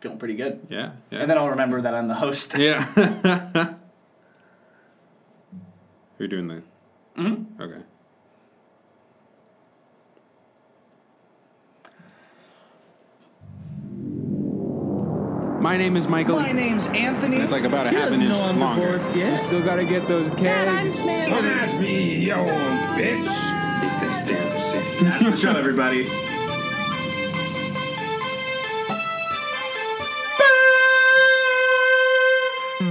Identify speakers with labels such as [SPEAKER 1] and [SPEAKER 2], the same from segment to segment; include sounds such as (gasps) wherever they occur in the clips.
[SPEAKER 1] Feeling pretty good.
[SPEAKER 2] Yeah, yeah.
[SPEAKER 1] And then I'll remember that I'm the
[SPEAKER 2] (laughs)
[SPEAKER 1] host.
[SPEAKER 2] yeah. You're doing the. Mm-hmm. Okay. My name is Michael.
[SPEAKER 3] My name's Anthony.
[SPEAKER 2] It's like about a half an inch longer.
[SPEAKER 3] You still gotta get those kegs.
[SPEAKER 4] That's me, yo, bitch.
[SPEAKER 1] Shut everybody.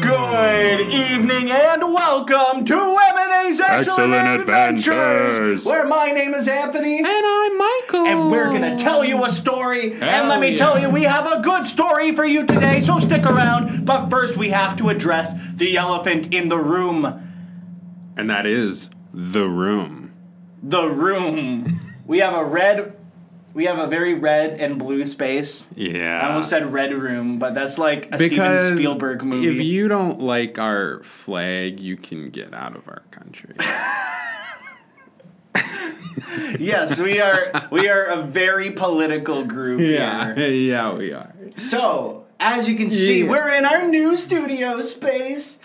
[SPEAKER 1] Good evening and welcome to M&A's Excellent,
[SPEAKER 4] Excellent
[SPEAKER 1] Adventures,
[SPEAKER 4] Adventures.
[SPEAKER 1] where my name is Anthony.
[SPEAKER 2] And I'm Michael.
[SPEAKER 1] And we're gonna tell you a story. and let me
[SPEAKER 2] yeah.
[SPEAKER 1] tell you, we have a good story for you today, so stick around. But first, we have to address the elephant in the room.
[SPEAKER 2] And that is the room.
[SPEAKER 1] The room. We have a red. We have a very red and blue space.
[SPEAKER 2] Yeah.
[SPEAKER 1] I almost said red room, but that's like a
[SPEAKER 2] because
[SPEAKER 1] Steven Spielberg movie.
[SPEAKER 2] if you don't like our flag, you can get out of our
[SPEAKER 1] (laughs)
[SPEAKER 2] country.
[SPEAKER 1] yes, we are. We are a very political group
[SPEAKER 2] (laughs) yeah,
[SPEAKER 1] here.
[SPEAKER 2] yeah, we are.
[SPEAKER 1] So, as you can see,
[SPEAKER 2] Yeah.
[SPEAKER 1] we're in our new studio space,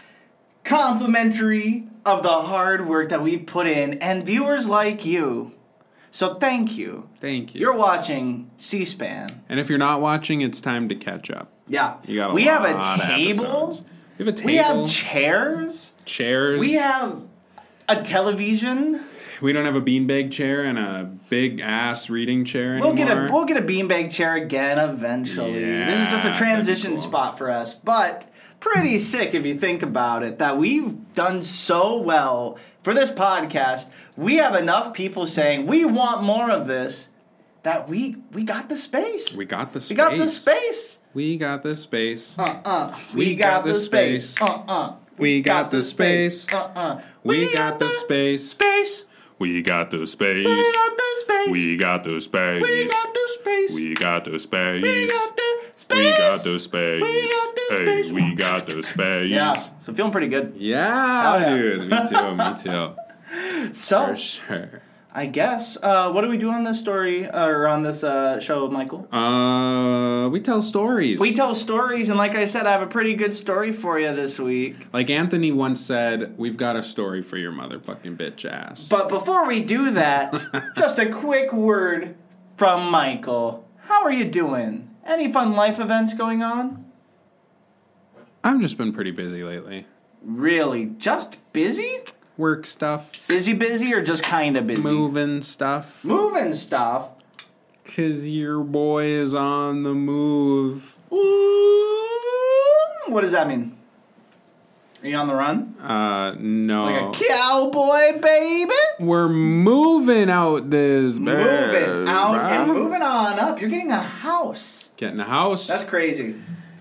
[SPEAKER 1] complimentary of the hard work that we've put in, and viewers like you. So, thank you.
[SPEAKER 2] Thank you.
[SPEAKER 1] You're watching C-SPAN.
[SPEAKER 2] and if you're not watching, it's time to catch up.
[SPEAKER 1] Yeah,
[SPEAKER 2] You got a
[SPEAKER 1] we have
[SPEAKER 2] lot
[SPEAKER 1] a
[SPEAKER 2] of
[SPEAKER 1] table.
[SPEAKER 2] episodes. We have a table.
[SPEAKER 1] We have chairs.
[SPEAKER 2] chairs.
[SPEAKER 1] We have a television.
[SPEAKER 2] We don't have a beanbag chair and a big ass reading chair
[SPEAKER 1] We'll
[SPEAKER 2] anymore.
[SPEAKER 1] get a we'll get a beanbag chair again eventually. this is just
[SPEAKER 2] Yeah,
[SPEAKER 1] a transition
[SPEAKER 2] that'd be cool.
[SPEAKER 1] spot for us, but pretty sick if you think about it that we've done so well for this podcast. We have enough people saying we want more of this that we we got the space.
[SPEAKER 2] We got the space.
[SPEAKER 1] We got the space.
[SPEAKER 2] We got the space.
[SPEAKER 1] Uh,
[SPEAKER 2] We got the space.
[SPEAKER 1] Uh uh.
[SPEAKER 2] we got the space.
[SPEAKER 1] Uh uh.
[SPEAKER 2] We got the space.
[SPEAKER 1] space.
[SPEAKER 4] We got the
[SPEAKER 1] We
[SPEAKER 4] space.
[SPEAKER 1] got the space.
[SPEAKER 4] We got the space.
[SPEAKER 1] We got the space.
[SPEAKER 4] We got the space.
[SPEAKER 1] We got the space.
[SPEAKER 4] We got the space.
[SPEAKER 1] We got the space.
[SPEAKER 4] Hey, we got the space.
[SPEAKER 1] Yeah, so feeling pretty good.
[SPEAKER 2] Yeah,
[SPEAKER 1] yeah.
[SPEAKER 2] dude. Me too. Me too.
[SPEAKER 1] (laughs) So
[SPEAKER 2] For sure.
[SPEAKER 1] I guess uh, what do we do on this story or on this uh, show, Michael?
[SPEAKER 2] Uh, we tell stories.
[SPEAKER 1] we tell stories, and like I said, I have a pretty good story for you this week.
[SPEAKER 2] Like Anthony once said, "We've got a story for your motherfucking bitch ass."
[SPEAKER 1] But before we do that, just a quick word from Michael. How are you doing? Any fun life events going on?
[SPEAKER 2] I've just been pretty busy lately.
[SPEAKER 1] Really, just busy?
[SPEAKER 2] Work stuff,
[SPEAKER 1] Busy, busy, or just kind of busy?
[SPEAKER 2] moving stuff.
[SPEAKER 1] Moving stuff.
[SPEAKER 2] Cause your boy is on the move.
[SPEAKER 1] Ooh, what does that mean? Are you on the run?
[SPEAKER 2] Uh, no.
[SPEAKER 1] Like a cowboy, baby.
[SPEAKER 2] We're moving out this.
[SPEAKER 1] Moving out and
[SPEAKER 2] bro.
[SPEAKER 1] moving on up. You're getting a house.
[SPEAKER 2] Getting a house.
[SPEAKER 1] That's crazy.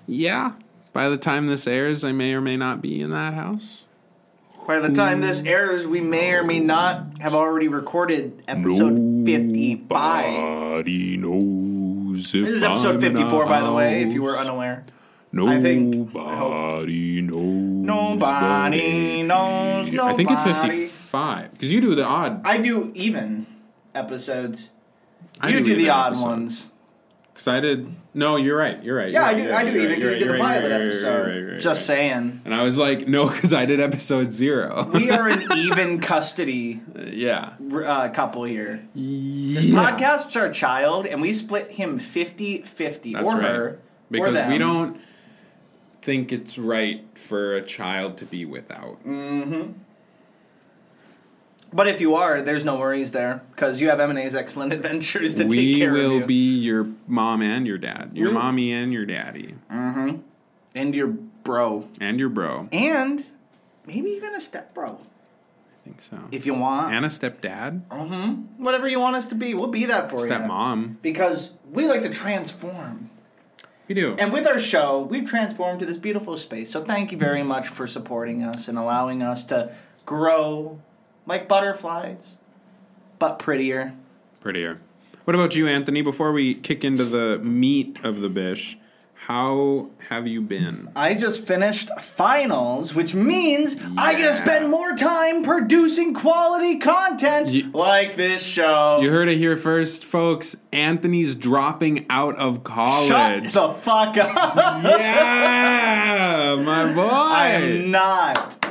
[SPEAKER 2] yeah. By the time this airs, I may or may not be in that house.
[SPEAKER 1] By the time this airs, we may or may not have already recorded episode 55.
[SPEAKER 4] Nobody knows if
[SPEAKER 1] This is episode
[SPEAKER 4] I'm in a
[SPEAKER 1] 54, by the way, if you were
[SPEAKER 4] house.
[SPEAKER 1] unaware.
[SPEAKER 4] Nobody
[SPEAKER 1] think-
[SPEAKER 4] knows.
[SPEAKER 1] Nobody
[SPEAKER 4] but
[SPEAKER 1] knows
[SPEAKER 4] it-
[SPEAKER 2] I think it's
[SPEAKER 1] Nobody.
[SPEAKER 2] 55. five because you do the odd.
[SPEAKER 1] I do even episodes.
[SPEAKER 2] I
[SPEAKER 1] You do, the
[SPEAKER 2] even
[SPEAKER 1] odd
[SPEAKER 2] episode.
[SPEAKER 1] ones.
[SPEAKER 2] Because I did. No, you're right. You're right.
[SPEAKER 1] Yeah, I
[SPEAKER 2] you're
[SPEAKER 1] do.
[SPEAKER 2] right,
[SPEAKER 1] I do
[SPEAKER 2] you're
[SPEAKER 1] even. 'cause you
[SPEAKER 2] right,
[SPEAKER 1] did
[SPEAKER 2] you're
[SPEAKER 1] the
[SPEAKER 2] right,
[SPEAKER 1] pilot
[SPEAKER 2] you're right, you're
[SPEAKER 1] episode.
[SPEAKER 2] right, you're right, you're right.
[SPEAKER 1] Just saying,
[SPEAKER 2] And I was like, no, because I did
[SPEAKER 1] (laughs)
[SPEAKER 2] episode zero.
[SPEAKER 1] we are an even custody
[SPEAKER 2] (laughs) yeah.
[SPEAKER 1] uh, couple here.
[SPEAKER 2] This
[SPEAKER 1] Podcasts are child, and we split him 50-50,
[SPEAKER 2] That's
[SPEAKER 1] or
[SPEAKER 2] right.
[SPEAKER 1] her, or
[SPEAKER 2] because
[SPEAKER 1] them.
[SPEAKER 2] we don't think it's right for a child to be without.
[SPEAKER 1] Mm. But if you are, there's no worries there because you have M and A's Excellent (laughs) Adventures to take
[SPEAKER 2] We
[SPEAKER 1] care
[SPEAKER 2] will
[SPEAKER 1] of you. Mm-hmm.
[SPEAKER 2] be your mom and your dad, your
[SPEAKER 1] We-
[SPEAKER 2] mommy and your daddy,
[SPEAKER 1] and your bro,
[SPEAKER 2] and your bro. I
[SPEAKER 1] and maybe even a step bro
[SPEAKER 2] think so.
[SPEAKER 1] if you want.
[SPEAKER 2] and a stepdad,
[SPEAKER 1] Whatever you want us to be, we'll be that for you.
[SPEAKER 2] stepmom.
[SPEAKER 1] Because we like to transform.
[SPEAKER 2] We do.
[SPEAKER 1] And with our show, we've transformed to this beautiful space. So thank you very much for supporting us and allowing us to grow like butterflies, but prettier.
[SPEAKER 2] prettier. What about you, Anthony? Before we kick into the meat of the bish, how have you been?
[SPEAKER 1] I just finished finals, which means I get to
[SPEAKER 2] Yeah.
[SPEAKER 1] spend more time producing quality content
[SPEAKER 2] Ye-
[SPEAKER 1] like this show.
[SPEAKER 2] You heard it here first, folks. Anthony's dropping out of
[SPEAKER 1] Shut
[SPEAKER 2] college.
[SPEAKER 1] the fuck up.
[SPEAKER 2] yeah, my
[SPEAKER 1] (laughs)
[SPEAKER 2] boy.
[SPEAKER 1] I am not.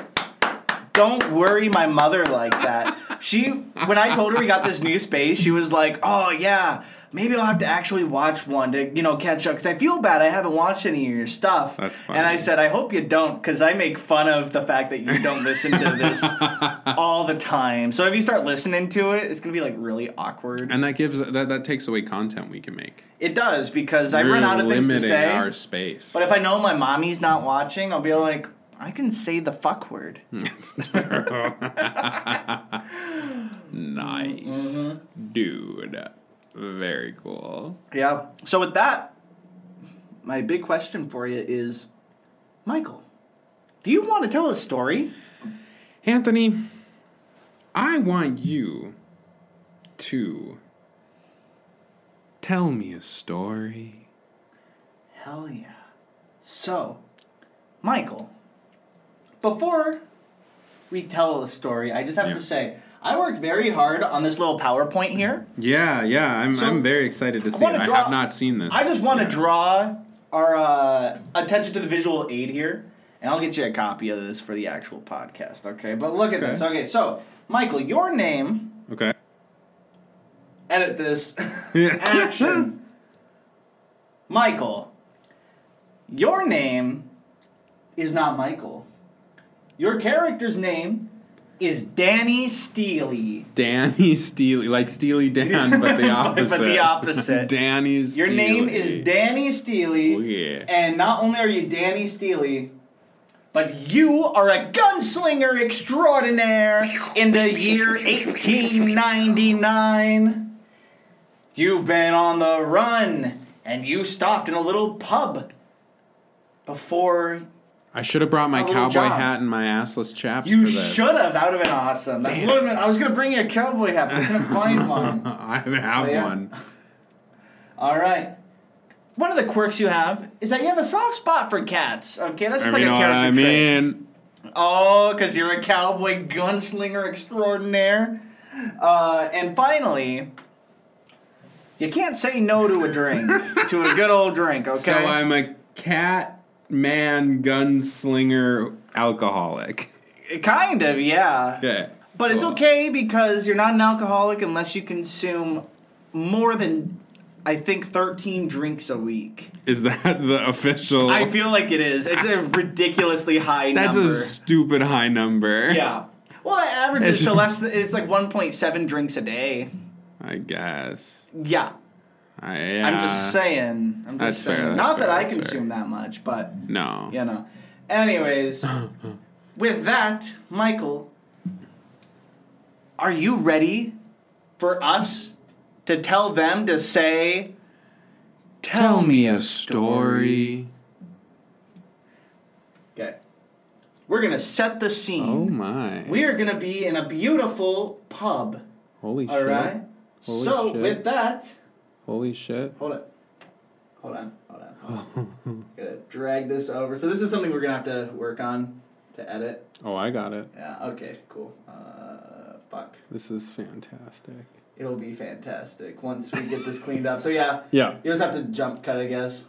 [SPEAKER 1] Don't worry my mother like that. She when I told her we got this new space, she was like, "Oh yeah, maybe I'll have to actually watch one to, you know, catch up cuz I feel bad I haven't watched any of your stuff."
[SPEAKER 2] That's
[SPEAKER 1] And I
[SPEAKER 2] funny.
[SPEAKER 1] said, "I hope you don't cuz I make fun of the fact that you don't listen to
[SPEAKER 2] (laughs)
[SPEAKER 1] this all the time. So if you start listening to it, it's going to be like really awkward."
[SPEAKER 2] and that gives that that takes away content we can make.
[SPEAKER 1] it does because I
[SPEAKER 2] We're
[SPEAKER 1] run out of things to
[SPEAKER 2] limiting
[SPEAKER 1] say.
[SPEAKER 2] Our space.
[SPEAKER 1] But if I know my mommy's not watching, I'll be like, "I can say the fuck word."
[SPEAKER 2] nice,
[SPEAKER 1] Mm-hmm.
[SPEAKER 2] dude. Very cool.
[SPEAKER 1] Yeah. So with that, my big question for you is, Michael, do you want to tell a story?
[SPEAKER 2] Anthony, I want you to tell me a story.
[SPEAKER 1] Hell yeah. So, Michael, before we tell a story, I just have
[SPEAKER 2] Yeah.
[SPEAKER 1] to say I worked very hard on this little PowerPoint here.
[SPEAKER 2] Yeah, yeah, I'm,
[SPEAKER 1] So,
[SPEAKER 2] I'm very excited to see
[SPEAKER 1] wanna
[SPEAKER 2] it. I
[SPEAKER 1] draw-
[SPEAKER 2] have not seen this.
[SPEAKER 1] I just want to
[SPEAKER 2] yet.
[SPEAKER 1] draw our uh, attention to the visual aid here, and I'll get you a copy of this for the actual podcast. Okay, but look at
[SPEAKER 2] Okay.
[SPEAKER 1] this. Okay, so Michael, your name.
[SPEAKER 2] Okay.
[SPEAKER 1] Edit this. (laughs) Action. Michael, your name is not Michael. Your character's name is Danny Steely.
[SPEAKER 2] (laughs) Danny Steely, like Steely Dan, but
[SPEAKER 1] (laughs) But-
[SPEAKER 2] the
[SPEAKER 1] but
[SPEAKER 2] opposite.
[SPEAKER 1] the opposite.
[SPEAKER 2] Danny
[SPEAKER 1] Your
[SPEAKER 2] Steely.
[SPEAKER 1] name is Danny Steely.
[SPEAKER 2] Oh, yeah.
[SPEAKER 1] And not only are you Danny Steely, but you are a gunslinger extraordinaire in the year 1899. You've been on the run and you stopped in a little pub before
[SPEAKER 2] I should have brought my
[SPEAKER 1] little
[SPEAKER 2] cowboy
[SPEAKER 1] Oh, job.
[SPEAKER 2] hat and my assless chaps
[SPEAKER 1] you
[SPEAKER 2] for this.
[SPEAKER 1] should have. That would have been awesome. That would have been, I was going to bring you a cowboy hat, but I couldn't find one.
[SPEAKER 2] (laughs) I have
[SPEAKER 1] Oh, yeah.
[SPEAKER 2] one.
[SPEAKER 1] All right. One of the quirks you have is that you have a soft spot for cats. Okay, that's
[SPEAKER 2] I
[SPEAKER 1] just
[SPEAKER 2] mean,
[SPEAKER 1] like a
[SPEAKER 2] what
[SPEAKER 1] character
[SPEAKER 2] I
[SPEAKER 1] trait.
[SPEAKER 2] mean.
[SPEAKER 1] Oh, because you're a cowboy gunslinger extraordinaire. Uh, and finally, you can't say no to a drink, to a good old drink, okay?
[SPEAKER 2] (laughs) So I'm a cat man gunslinger alcoholic. (laughs)
[SPEAKER 1] kind of, yeah.
[SPEAKER 2] Okay.
[SPEAKER 1] But it's
[SPEAKER 2] Cool.
[SPEAKER 1] okay because you're not an alcoholic unless you consume more than, I think, 13 drinks a week.
[SPEAKER 2] Is that the official?
[SPEAKER 1] I feel like it is. It's a ridiculously high
[SPEAKER 2] that's
[SPEAKER 1] number.
[SPEAKER 2] a stupid high number.
[SPEAKER 1] yeah. Well, it averages
[SPEAKER 2] It's-
[SPEAKER 1] to less than, it's like 1.7 drinks a day.
[SPEAKER 2] I guess.
[SPEAKER 1] Yeah.
[SPEAKER 2] I, yeah.
[SPEAKER 1] I'm just saying. I'm
[SPEAKER 2] Ah. That's
[SPEAKER 1] just
[SPEAKER 2] fair,
[SPEAKER 1] saying.
[SPEAKER 2] that's
[SPEAKER 1] Not
[SPEAKER 2] fair,
[SPEAKER 1] that I
[SPEAKER 2] that's fair.
[SPEAKER 1] consume that much, but
[SPEAKER 2] No.
[SPEAKER 1] you know.
[SPEAKER 2] (laughs)
[SPEAKER 1] Anyways, with that, Michael, are you ready for us to tell them to say?
[SPEAKER 2] Tell me a story.
[SPEAKER 1] Okay. We're gonna set the scene.
[SPEAKER 2] Oh my.
[SPEAKER 1] We are gonna be in a beautiful pub.
[SPEAKER 2] Holy
[SPEAKER 1] All
[SPEAKER 2] shit.
[SPEAKER 1] right.
[SPEAKER 2] Holy
[SPEAKER 1] so
[SPEAKER 2] shit.
[SPEAKER 1] with that,
[SPEAKER 2] Holy shit.
[SPEAKER 1] hold it. Hold on, hold on. Hold on. (laughs) Gotta drag this over. So this is something we're gonna have to work on to edit.
[SPEAKER 2] Oh, I got it.
[SPEAKER 1] Yeah. Okay. Cool. Uh, Fuck.
[SPEAKER 5] This is fantastic.
[SPEAKER 1] It'll be fantastic once we get this cleaned up. So yeah,
[SPEAKER 5] Yeah,
[SPEAKER 1] you just have to jump cut, I guess.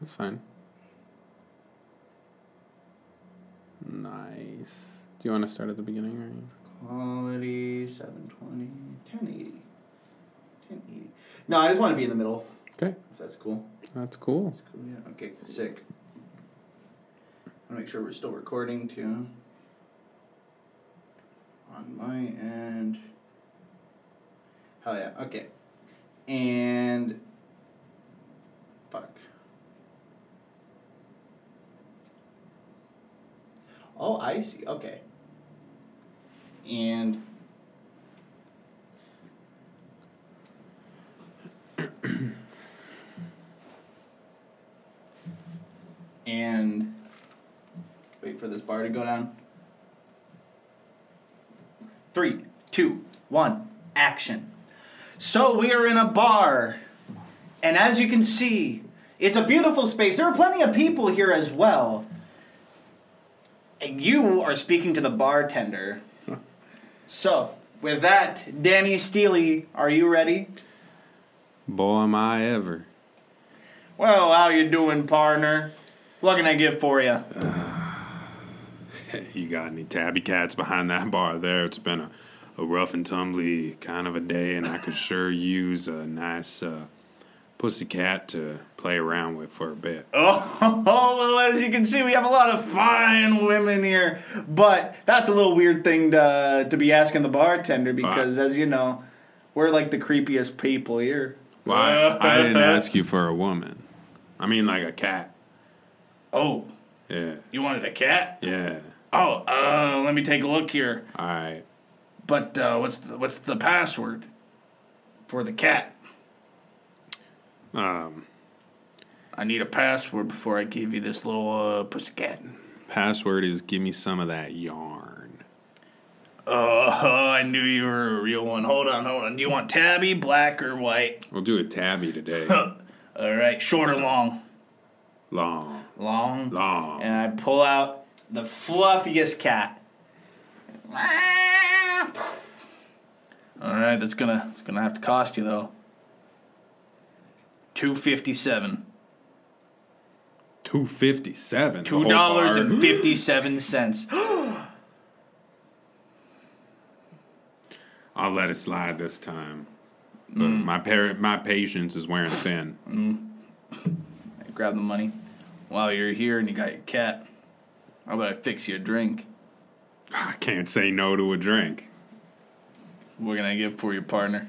[SPEAKER 5] that's fine. Nice. Do you want to start at the beginning or?
[SPEAKER 1] Quality 720, 1080. 1080. No, I just want to be in the middle,
[SPEAKER 5] Okay,
[SPEAKER 1] if that's cool.
[SPEAKER 5] that's cool.
[SPEAKER 1] That's cool, yeah. Okay, sick. I want to make sure we're still recording, too. On my end. Hell yeah, okay. And. Fuck. Oh, I see. Okay. And. and wait for this bar to go down. Three, two, one, action. So we are in a bar, and as you can see, it's a beautiful space. There are plenty of people here as well. And you are speaking to the (laughs) bartender. So, with that, Danny Steely, are you ready?
[SPEAKER 5] Boy, am I ever.
[SPEAKER 1] Well, how you doing, partner? What can I get for you?
[SPEAKER 2] You got any tabby cats behind that bar there? It's been a, a rough and tumbly kind of a day, and I could sure use a nice uh, pussy cat to play around with for a bit.
[SPEAKER 1] Oh, well, as you can see, we have a lot of fine women here. But that's a little weird thing to, to be asking the bartender because, as you know, we're like the creepiest people here.
[SPEAKER 2] Why? I
[SPEAKER 1] (laughs)
[SPEAKER 2] didn't ask you for a woman. I mean, like a cat.
[SPEAKER 1] Oh,
[SPEAKER 2] Yeah,
[SPEAKER 1] you wanted a cat?
[SPEAKER 2] yeah.
[SPEAKER 1] Oh, uh, let me take a look here.
[SPEAKER 2] All right.
[SPEAKER 1] But uh, what's the, what's the password for the cat?
[SPEAKER 2] Um,
[SPEAKER 1] I need a password before I give you this little uh, pussycat.
[SPEAKER 2] password is give me some of that yarn.
[SPEAKER 1] Oh, I knew you were a real one. Hold on, hold on. Do you want tabby, black, or white?
[SPEAKER 2] We'll do a
[SPEAKER 1] (laughs)
[SPEAKER 2] tabby today.
[SPEAKER 1] All right, short or long?
[SPEAKER 2] long,
[SPEAKER 1] Long.
[SPEAKER 2] long.
[SPEAKER 1] and I pull out the fluffiest cat. All right, that's gonna it's gonna have to cost you though. Two fifty seven.
[SPEAKER 2] Two fifty seven.
[SPEAKER 1] Two dollars and fifty seven cents.
[SPEAKER 2] I'll let it slide this time. But
[SPEAKER 1] Mm.
[SPEAKER 2] my par- my patience is wearing thin.
[SPEAKER 1] Grab the money. While you're here and you got your cat, how about I fix you a drink?
[SPEAKER 2] I can't say no to a drink.
[SPEAKER 1] What can I get for your partner?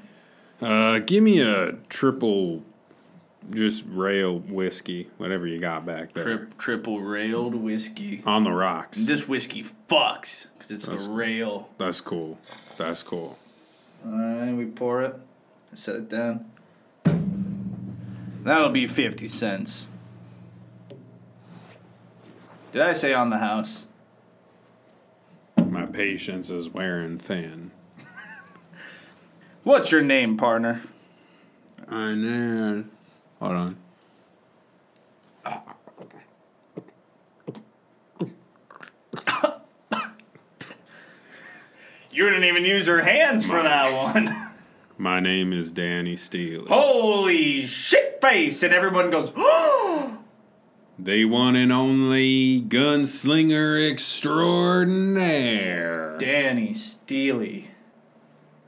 [SPEAKER 2] Uh, give me a triple, just rail whiskey, whatever you got back there
[SPEAKER 1] Trip, triple railed whiskey.
[SPEAKER 2] on the rocks.
[SPEAKER 1] This whiskey fucks because it's the rail.
[SPEAKER 2] That's cool. That's cool.
[SPEAKER 1] Alright, we pour it. Set it down. That'll be 50 cents. Did I say on the house?
[SPEAKER 2] My patience is wearing thin.
[SPEAKER 1] What's your name, partner?
[SPEAKER 2] I know. Hold on.
[SPEAKER 1] You didn't even use your hands for that (laughs) one.
[SPEAKER 2] My name is Danny Steele.
[SPEAKER 1] Holy shit face! And everyone goes, (gasps) oh!
[SPEAKER 2] The one and only gunslinger extraordinaire.
[SPEAKER 1] Danny Steely.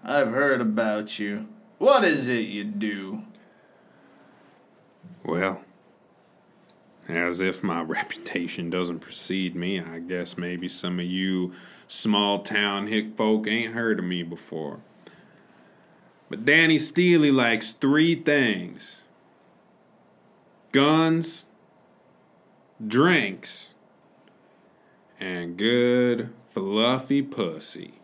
[SPEAKER 1] I've heard about you. What is it you do?
[SPEAKER 2] Well, as if my (laughs) reputation doesn't precede me, I guess maybe some of you small town hick folk ain't heard of me before. But Danny Steely likes three things guns, drinks, and good fluffy pussy.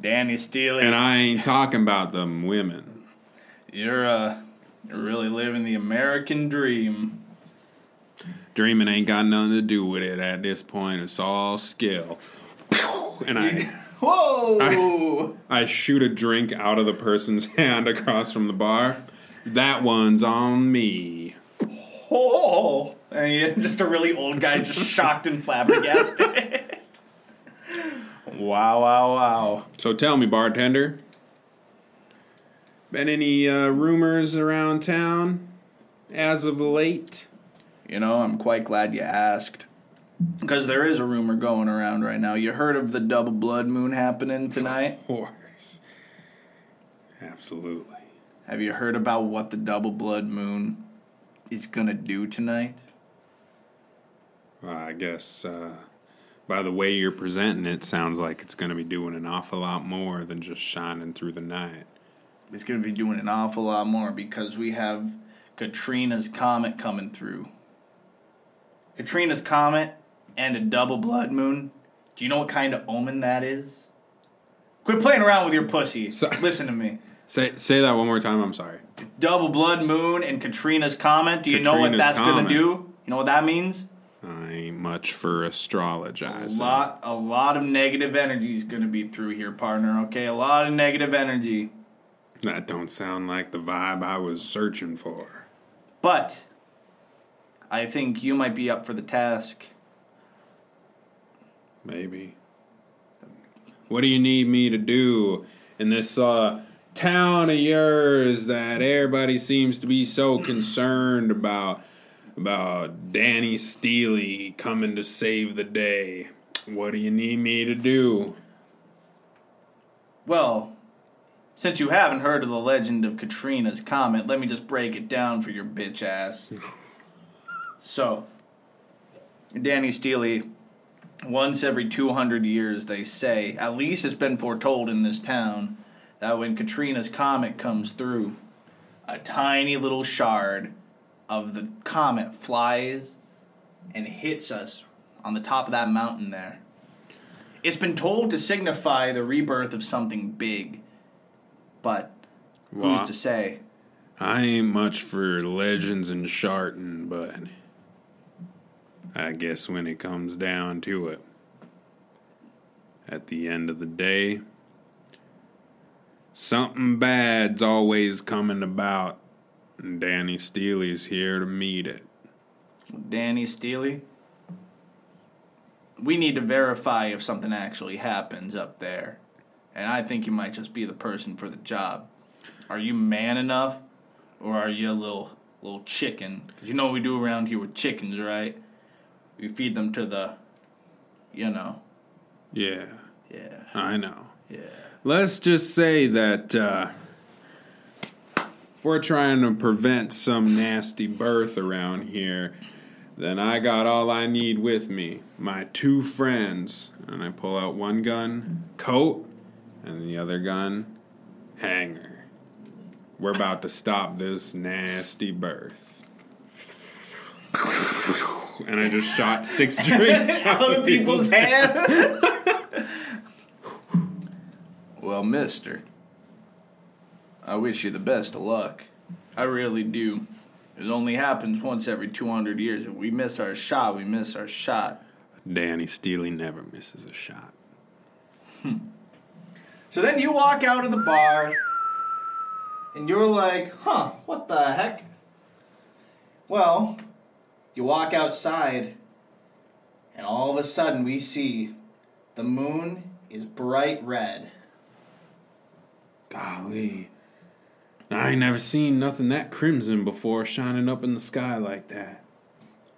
[SPEAKER 1] Danny Steely.
[SPEAKER 2] And I ain't talking about them women.
[SPEAKER 1] you're, uh, you're really living the American dream.
[SPEAKER 2] Dreaming ain't got nothing to do with it at this point. It's all skill. And I.
[SPEAKER 1] (laughs) Whoa!
[SPEAKER 2] I shoot a drink out of the person's (laughs) hand across from the bar. That one's on me.
[SPEAKER 1] oh, And yeah, (laughs) just a really old guy, (laughs) just shocked and flabbergasted. wow, wow, wow.
[SPEAKER 2] So tell me, bartender, been any uh, rumors around town as of late?
[SPEAKER 1] You know, I'm quite glad you asked. Because there is a rumor going around right now. You heard of the double blood moon happening tonight?
[SPEAKER 2] Horse. Absolutely.
[SPEAKER 1] Have you heard about what the double blood moon is gonna do tonight?
[SPEAKER 2] Well, I guess uh, by the way you're presenting it, sounds like it's going to be doing an awful lot more than just shining through the night.
[SPEAKER 1] It's gonna be doing an awful lot more because we have Katrina's comet coming through. Katrina's comet and a double blood moon. Do you know what kind of omen that is? Quit playing around with your pussy.
[SPEAKER 2] (laughs)
[SPEAKER 1] Listen to me.
[SPEAKER 2] Say say that one more time. I'm sorry.
[SPEAKER 1] Double blood moon and Katrina's comet. Do you know what
[SPEAKER 2] Katrina's
[SPEAKER 1] that's gonna
[SPEAKER 2] comet.
[SPEAKER 1] do? You know what that means?
[SPEAKER 2] I ain't much for astrologizing.
[SPEAKER 1] A lot, a lot of negative energy is going to be through here, partner. Okay, a lot of negative energy.
[SPEAKER 2] That don't sound like the vibe I was searching for.
[SPEAKER 1] But I think you might be up for the task.
[SPEAKER 2] Maybe. What do you need me to do in this uh, town of yours that everybody seems to be so concerned about? About Danny Steely coming to save the day. What do you need me to do?
[SPEAKER 1] Well, since you haven't heard of the legend of Katrina's comet, let me just break it down for your bitch ass. so, Danny Steely, once every 200 years, they say, at least it's been foretold in this town, that when Katrina's comet comes through, a tiny little shard of the comet flies and hits us on the top of that mountain there. It's been told to signify the rebirth of something big, but
[SPEAKER 2] Well,
[SPEAKER 1] who's to say?
[SPEAKER 2] I ain't much for legends and sharting, but I guess when it comes down to it, at the end of the day, something bad's always coming about, and Danny Steely's here to meet it.
[SPEAKER 1] Danny Steely. We need to verify if something actually happens up there. And I think you might just be the person for the job. Are you man enough or are you a little little chicken? Cuz you know what we do around here with chickens, right? We feed them to the you know.
[SPEAKER 2] Yeah,
[SPEAKER 1] Yeah.
[SPEAKER 2] I know.
[SPEAKER 1] Yeah.
[SPEAKER 2] Let's just say that uh, if we're trying to prevent some nasty birth around here, then I got all I need with me my two friends. And I pull out one gun, coat, and the other gun, hanger. We're about to stop this nasty birth. And I just shot six (laughs)
[SPEAKER 1] (laughs)
[SPEAKER 2] drinks out of people's
[SPEAKER 1] hands. (laughs) well, mister, I wish you the best of luck. I really do. It only happens once every 200 years. If we miss our shot, we miss our shot.
[SPEAKER 2] Danny Steely never misses a shot.
[SPEAKER 1] So then you walk out of the bar, and you're like, huh, what the heck? Well, you walk outside, and all of a sudden we see the moon is bright red.
[SPEAKER 2] Golly. I ain't never seen nothing that crimson before shining up in the sky like that.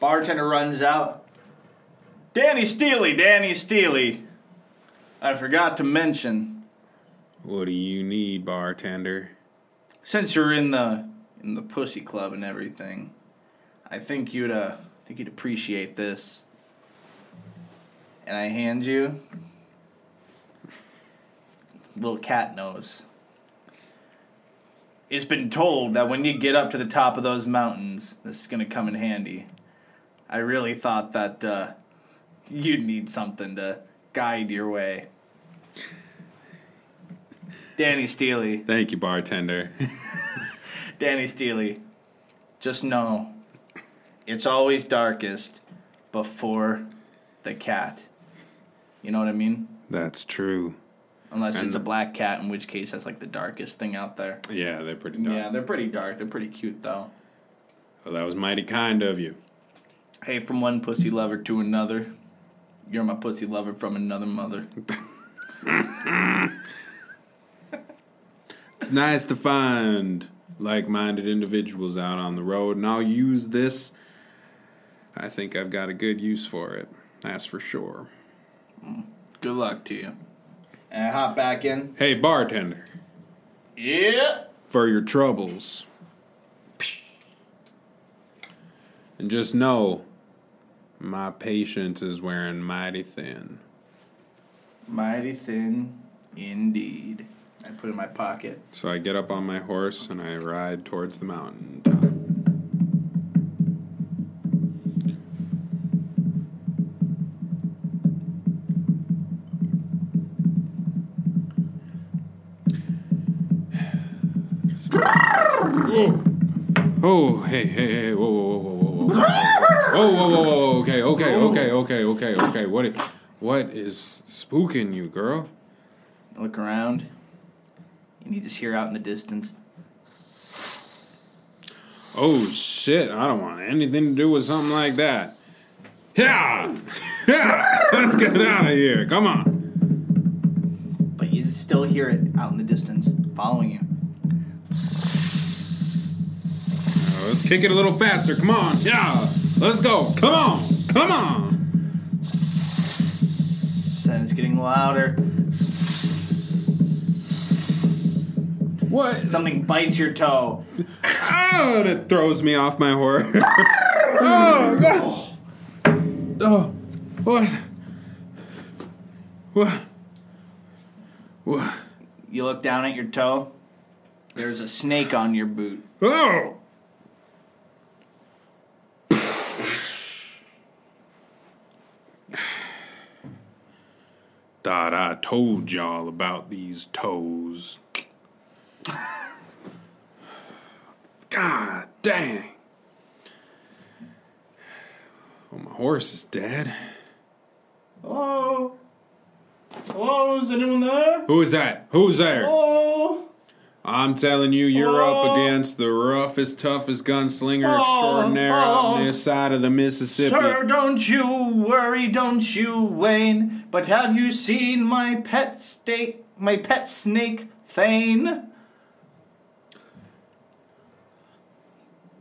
[SPEAKER 1] Bartender runs out. Danny Steely, Danny Steely. I forgot to mention,
[SPEAKER 2] What do you need, bartender?
[SPEAKER 1] since you're in the in the pussy club and everything, I think you'd uh I think you'd appreciate this. And I hand you little cat nose. It's been told that when you get up to the top of those mountains, this is gonna come in handy. I really thought that uh, you'd need something to guide your way. Danny Steely,
[SPEAKER 2] Thank you, bartender. (laughs)
[SPEAKER 1] Danny Steely, just know it's always darkest before the cat. You know what I mean?
[SPEAKER 2] That's true.
[SPEAKER 1] Unless it's
[SPEAKER 2] And-
[SPEAKER 1] a black cat, in which case that's like the darkest thing out there.
[SPEAKER 2] Yeah, they're pretty dark.
[SPEAKER 1] Yeah, they're pretty dark. They're pretty cute though.
[SPEAKER 2] Well, that was mighty kind of you.
[SPEAKER 1] Hey, from one pussy lover to another, you're my pussy lover from another mother.
[SPEAKER 2] It's nice to find like minded individuals out on the road, and I'll use this. I think I've got a good use for it. That's for sure.
[SPEAKER 1] Good luck to you. And I hop back in.
[SPEAKER 2] Hey, bartender,
[SPEAKER 1] Yeah.
[SPEAKER 2] for your troubles. And just know my patience is wearing mighty thin.
[SPEAKER 1] Mighty thin indeed. I put it in my pocket.
[SPEAKER 2] So I get up on my horse and I ride towards the mountain top. Whoa. (sighs) Oh, hey, hey, hey, whoa, whoa, whoa, whoa, whoa, whoa. Whoa, whoa, whoa, whoa, okay, okay, okay, okay, okay, okay. What, i- what is spooking you, girl?
[SPEAKER 1] Look around, and you just hear out in the distance.
[SPEAKER 2] Oh shit, I don't want anything to do with something like that. Yeah! (laughs) Yeah! Let's get out of here. Come on.
[SPEAKER 1] but you still hear it out in the distance following you.
[SPEAKER 2] Oh, let's kick it a little faster. Come on. Yeah! Let's go. Come on. Come on.
[SPEAKER 1] And it's getting louder.
[SPEAKER 2] What?
[SPEAKER 1] Something bites your toe.
[SPEAKER 2] Oh, and it throws me off my horse. (laughs) oh, God. Oh, what? What? What?
[SPEAKER 1] You look down at your toe. There's a snake on your boot.
[SPEAKER 2] Oh! Thought I told y'all about these toes. God dang. Well, Oh, my horse is dead.
[SPEAKER 1] Hello? Hello? Is anyone there?
[SPEAKER 2] Who is that? Who's there?
[SPEAKER 1] Hello?
[SPEAKER 2] I'm telling you, you're up against the roughest, toughest gunslinger extraordinaire on this side of the Mississippi.
[SPEAKER 1] Sir, don't you worry, don't you wane. But have you seen my pet snake, my pet snake, Thane?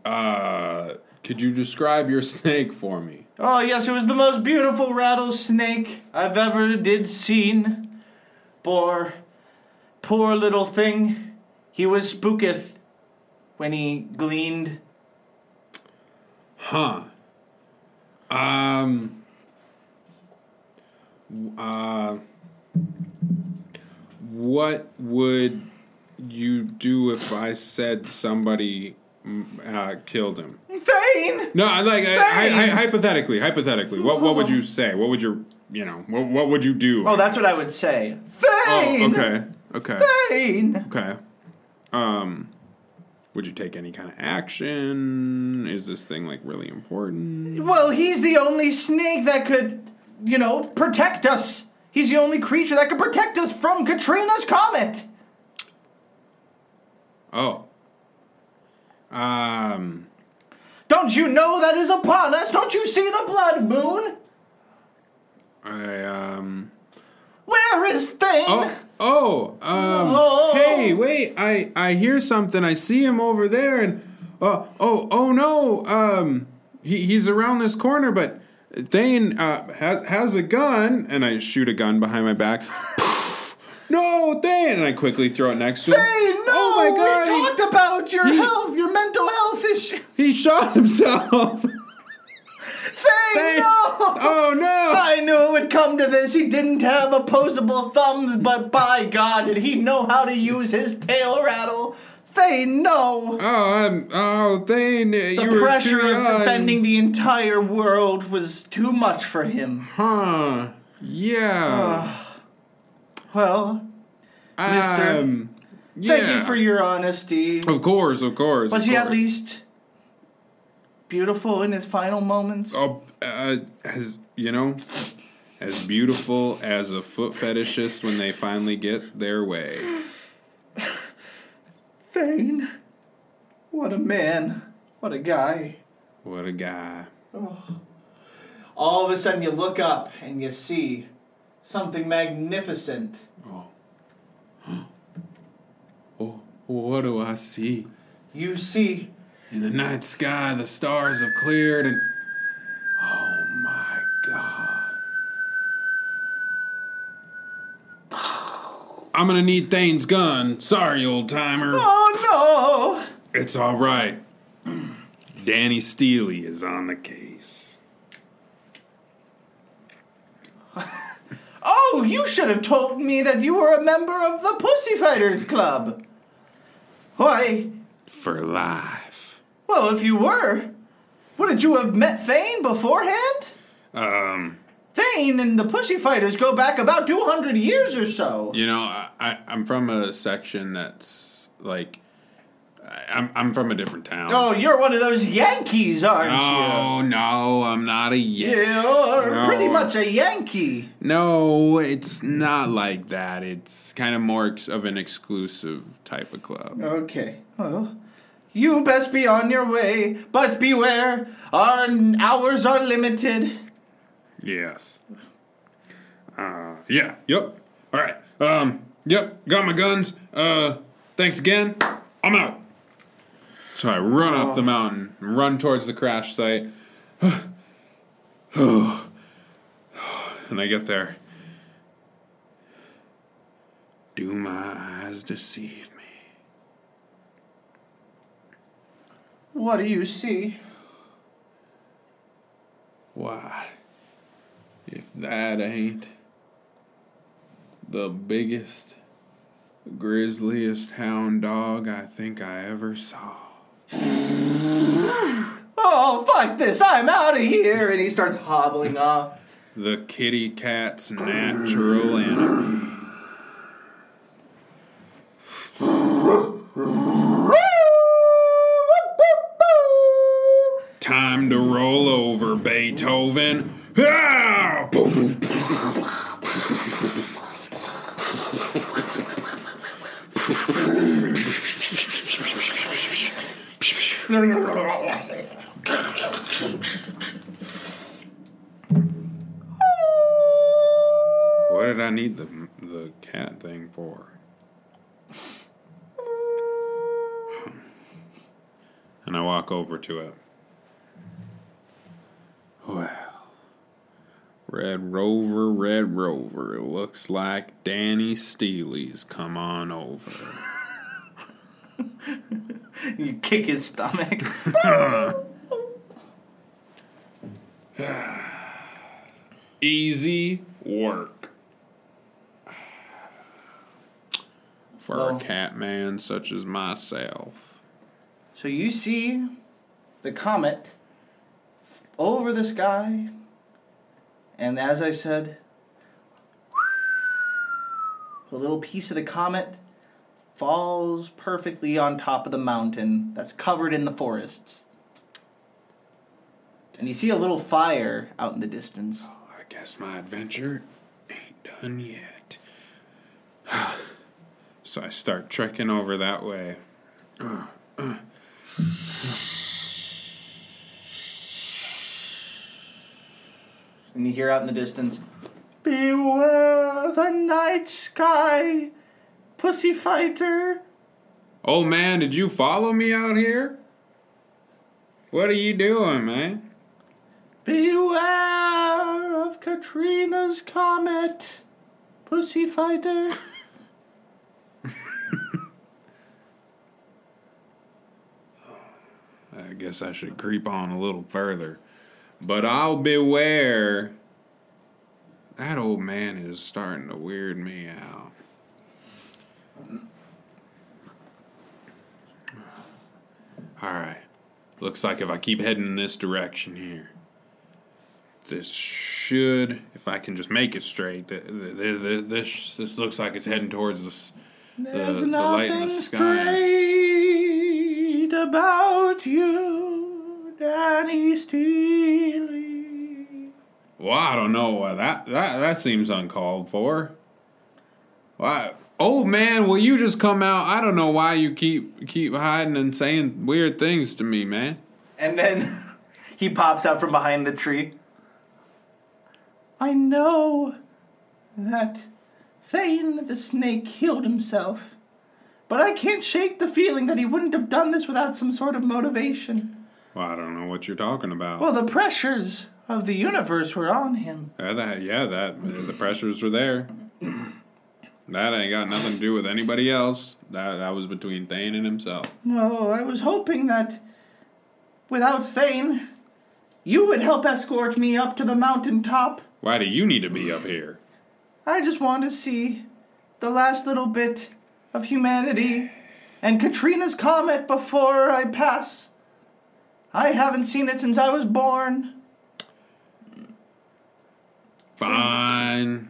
[SPEAKER 2] Uh, could you describe your (laughs) snake for me?
[SPEAKER 1] Oh yes, it was the most beautiful rattlesnake I've ever did seen. Poor, poor little thing, he was spooketh when he gleaned.
[SPEAKER 2] Huh. Um. Uh. What would you do if I said somebody mm, uh, killed him?
[SPEAKER 1] Thane,
[SPEAKER 2] No, I like I, I, I, hypothetically, hypothetically, what what would you say? What would your you know what what would you do?
[SPEAKER 1] Oh, that's what I would say.
[SPEAKER 2] Oh,
[SPEAKER 1] Thane.
[SPEAKER 2] okay, okay.
[SPEAKER 1] Thane.
[SPEAKER 2] Okay. Um, would you take any kind of action? Is this thing like really important?
[SPEAKER 1] Well, he's the only snake that could, you know, protect us. He's the only creature that could protect us from Katrina's comet.
[SPEAKER 2] Oh. Um.
[SPEAKER 1] Don't you know that is upon us? Don't you see the blood moon?
[SPEAKER 2] I um.
[SPEAKER 1] Where is Thane?
[SPEAKER 2] Oh. Oh. Um.
[SPEAKER 1] Oh.
[SPEAKER 2] Hey, wait! I I hear something. I see him over there, and oh oh oh no! Um. He he's around this corner, but. Thane uh, has has a gun, and I shoot a gun behind my back. (laughs) no, Thane! And I quickly throw it next to him.
[SPEAKER 1] Hey, no!
[SPEAKER 2] oh my god! he-
[SPEAKER 1] We talked about your
[SPEAKER 2] He-
[SPEAKER 1] health, your mental health issue.
[SPEAKER 2] He shot himself. (laughs)
[SPEAKER 1] Hey, no!
[SPEAKER 2] Oh no!
[SPEAKER 1] I knew it would come to this. He didn't have opposable thumbs, but by God, did he know how to use his tail rattle? They know.
[SPEAKER 2] Oh, I'm. Oh, Thane,
[SPEAKER 1] The pressure of defending the entire world was too much for him.
[SPEAKER 2] Huh? Yeah.
[SPEAKER 1] Well, Mister,
[SPEAKER 2] Um, yeah.
[SPEAKER 1] thank you for your honesty.
[SPEAKER 2] Of course, of course.
[SPEAKER 1] Was
[SPEAKER 2] of
[SPEAKER 1] he at
[SPEAKER 2] course.
[SPEAKER 1] least beautiful in his final moments?
[SPEAKER 2] Oh, uh, as you know, as beautiful as a foot fetishist when they finally get their way.
[SPEAKER 1] Thane. What a man. What a guy.
[SPEAKER 2] What a guy.
[SPEAKER 1] all of a sudden you look up and you see something magnificent.
[SPEAKER 2] Oh, what do I see?
[SPEAKER 1] You see
[SPEAKER 2] In the night sky, the stars have cleared, and oh my god! I'm gonna need Thane's gun. Sorry, old timer.
[SPEAKER 1] Oh no!
[SPEAKER 2] It's all right. Danny Steely is on the case.
[SPEAKER 1] Oh, you should have told me that you were a member of the Pussy Fighters Club. Why?
[SPEAKER 2] for life.
[SPEAKER 1] Well, if you were, wouldn't you have met Thane beforehand?
[SPEAKER 2] Um,
[SPEAKER 1] Thane and the Pussy Fighters go back about 200 years or so.
[SPEAKER 2] you know, I, I, I'm from a section that's like, I, I'm I'm from a different town.
[SPEAKER 1] Oh, you're one of those Yankees, aren't you?
[SPEAKER 2] no, no, I'm not a Yankee.
[SPEAKER 1] You're
[SPEAKER 2] No.
[SPEAKER 1] pretty much a Yankee.
[SPEAKER 2] No, it's not like that. It's kind of more ex- of an exclusive type of club.
[SPEAKER 1] Okay. Well, you best be on your way, but beware, our n- hours are limited.
[SPEAKER 2] Yes. Uh, yeah. Yep. All right. Um. Yep. Got my guns. Uh. Thanks again. I'm out. So I run up the mountain, run towards the crash site. (sighs) and I get there. Do my eyes deceive me?
[SPEAKER 1] What do you see?
[SPEAKER 2] Why, if that ain't the biggest, grizzliest hound dog I think I ever saw.
[SPEAKER 1] Oh, fuck this, I'm out of here! And he starts hobbling off. (laughs)
[SPEAKER 2] The kitty cat's natural enemy. Time to roll over, Beethoven. Ah! What did I need the the cat thing for? And I walk over to it. Well, Red Rover, Red Rover, it looks like Danny Steely's come on over.
[SPEAKER 1] You kick his stomach.
[SPEAKER 2] Easy work. For a cat man such as myself.
[SPEAKER 1] So you see the comet over the sky, and as I said, a little piece of the comet falls perfectly on top of the mountain that's covered in the forests. And you see a little fire out in the distance.
[SPEAKER 2] I guess my adventure ain't done yet. (sighs) so I start trekking over that way.
[SPEAKER 1] And you hear out in the distance, Beware the night sky, pussy fighter.
[SPEAKER 2] Oh man, did you follow me out here? What are you doing, man?
[SPEAKER 1] Beware of Katrina's comet, pussy fighter.
[SPEAKER 2] I guess I should creep on a little further. But I'll beware. That old man is starting to weird me out. Alright. Looks like if I keep heading in this direction here, this should, if I can just make it straight, th- th- th- th- this, this looks like it's heading towards this, the,
[SPEAKER 1] There's
[SPEAKER 2] the light in
[SPEAKER 1] nothing
[SPEAKER 2] the sky.
[SPEAKER 1] straight about you, Danny Steely.
[SPEAKER 2] Well, I don't know why that that that seems uncalled for. Why, oh man, will you just come out? I don't know why you keep keep hiding and saying weird things to me, man.
[SPEAKER 1] (laughs) And then he pops out from behind the tree. I know that Thane the snake killed himself, but I can't shake the feeling that he wouldn't have done this without some sort of motivation.
[SPEAKER 2] Well, I don't know what you're talking about.
[SPEAKER 1] Well, the pressures of the universe were on him.
[SPEAKER 2] Yeah, that, yeah, that the pressures were there. That ain't got nothing to do with anybody else. That that was between Thane and himself.
[SPEAKER 1] No, I was hoping that without Thane, you would help escort me up to the mountain top.
[SPEAKER 2] Why do you need to be up here?
[SPEAKER 1] I just want to see the last little bit of humanity and Katrina's comet before I pass. I haven't seen it since I was born.
[SPEAKER 2] Fine.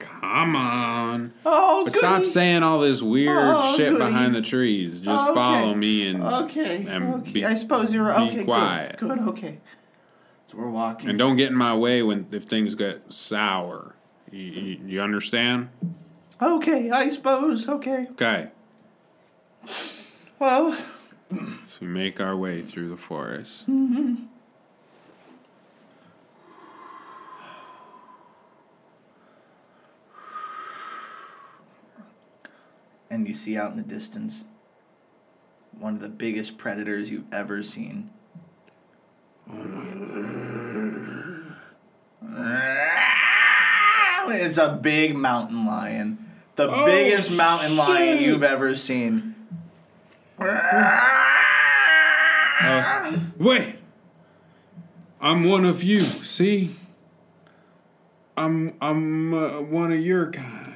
[SPEAKER 2] Come on.
[SPEAKER 1] Oh,
[SPEAKER 2] But
[SPEAKER 1] goody.
[SPEAKER 2] stop saying all this weird
[SPEAKER 1] Oh,
[SPEAKER 2] shit
[SPEAKER 1] goody.
[SPEAKER 2] behind the trees. Just
[SPEAKER 1] Oh, okay.
[SPEAKER 2] follow me and
[SPEAKER 1] Okay,
[SPEAKER 2] and
[SPEAKER 1] okay.
[SPEAKER 2] be-
[SPEAKER 1] I suppose you're
[SPEAKER 2] be
[SPEAKER 1] okay.
[SPEAKER 2] quiet.
[SPEAKER 1] Good, good, okay. So we're walking.
[SPEAKER 2] and don't get in my way when if things get sour. You, you, you understand?
[SPEAKER 1] okay, I suppose. Okay.
[SPEAKER 2] Okay.
[SPEAKER 1] Well,
[SPEAKER 2] So we make our way through the forest.
[SPEAKER 1] and you see out in the distance one of the biggest predators you've ever seen. It's a big mountain lion. The biggest mountain lion you've ever seen.
[SPEAKER 2] Wait. I'm one of you. See? I'm I'm uh, one of your kind.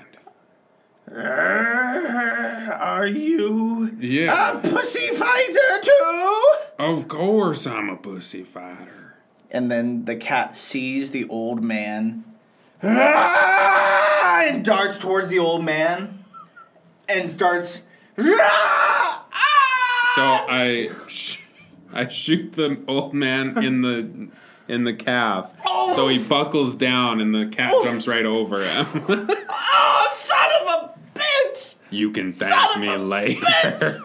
[SPEAKER 1] Are you
[SPEAKER 2] Yeah.
[SPEAKER 1] a pussy fighter too?
[SPEAKER 2] Of course I'm a pussy fighter.
[SPEAKER 1] And then the cat sees the old man "Ah!" (laughs) and darts towards the old man and starts. (laughs) "Ah! Ah!"
[SPEAKER 2] So I sh- I shoot the old man in the in the calf. So he buckles down and the cat jumps right over him. (laughs)
[SPEAKER 1] Oh, son of a bitch!
[SPEAKER 2] you can
[SPEAKER 1] Son
[SPEAKER 2] thank
[SPEAKER 1] of
[SPEAKER 2] me
[SPEAKER 1] a
[SPEAKER 2] later.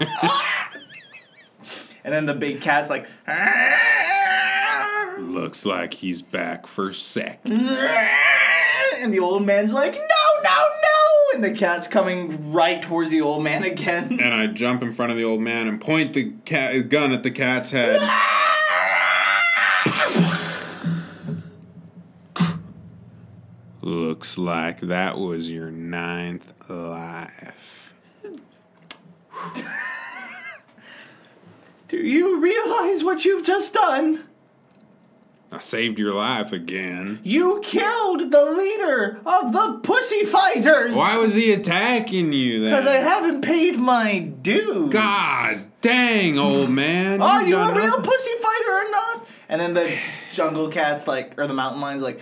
[SPEAKER 1] And then the big cat's (laughs) like. "Ah!"
[SPEAKER 2] (laughs) Looks like he's back for seconds.
[SPEAKER 1] And the old man's like, no, no, no! And the cat's coming right towards the old man again.
[SPEAKER 2] (laughs) And I jump in front of the old man and point the cat gun at the cat's
[SPEAKER 1] (laughs)
[SPEAKER 2] head. Looks like that was your ninth life.
[SPEAKER 1] Do you realize what you've just done?
[SPEAKER 2] I saved your life again.
[SPEAKER 1] You killed the leader of the pussy fighters!
[SPEAKER 2] Why was he attacking you then?
[SPEAKER 1] Because I haven't paid my dues.
[SPEAKER 2] God dang, old man.
[SPEAKER 1] Are
[SPEAKER 2] You've
[SPEAKER 1] you
[SPEAKER 2] done
[SPEAKER 1] a real
[SPEAKER 2] nothing.
[SPEAKER 1] pussy fighter or not? And then the jungle cat's like, or the mountain lion's like,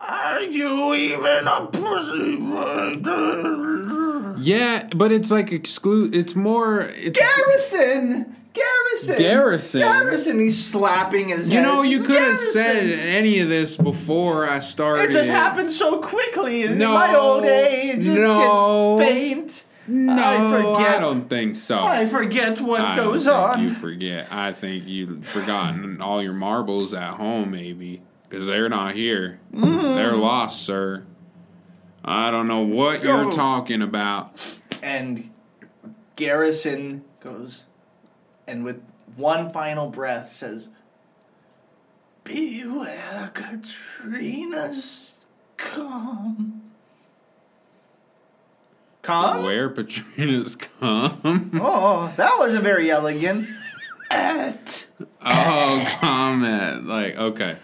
[SPEAKER 1] Are you even a pussy fighter?
[SPEAKER 2] Yeah, but it's like exclude. It's more. It's,
[SPEAKER 1] Garrison! Garrison!
[SPEAKER 2] Garrison?
[SPEAKER 1] Garrison, he's slapping his
[SPEAKER 2] You
[SPEAKER 1] head.
[SPEAKER 2] know, you could have
[SPEAKER 1] Garrison!
[SPEAKER 2] said any of this before I started.
[SPEAKER 1] It just happened so quickly in
[SPEAKER 2] No.
[SPEAKER 1] my old age. It
[SPEAKER 2] No.
[SPEAKER 1] gets faint.
[SPEAKER 2] No,
[SPEAKER 1] I
[SPEAKER 2] I
[SPEAKER 1] forget.
[SPEAKER 2] don't think so.
[SPEAKER 1] I forget what
[SPEAKER 2] I don't
[SPEAKER 1] goes
[SPEAKER 2] think
[SPEAKER 1] on.
[SPEAKER 2] You forget. I think you've forgotten all your marbles at home, maybe, because they're not here.
[SPEAKER 1] Mm-hmm.
[SPEAKER 2] They're lost, sir. I don't know what you're
[SPEAKER 1] Yo.
[SPEAKER 2] talking about.
[SPEAKER 1] and Garrison goes and with one final breath says, Beware Katrina's calm. Calm?
[SPEAKER 2] Where Patrina's (laughs) come?
[SPEAKER 1] Oh, that was a very elegant. (laughs) At.
[SPEAKER 2] oh, comment. Like, okay.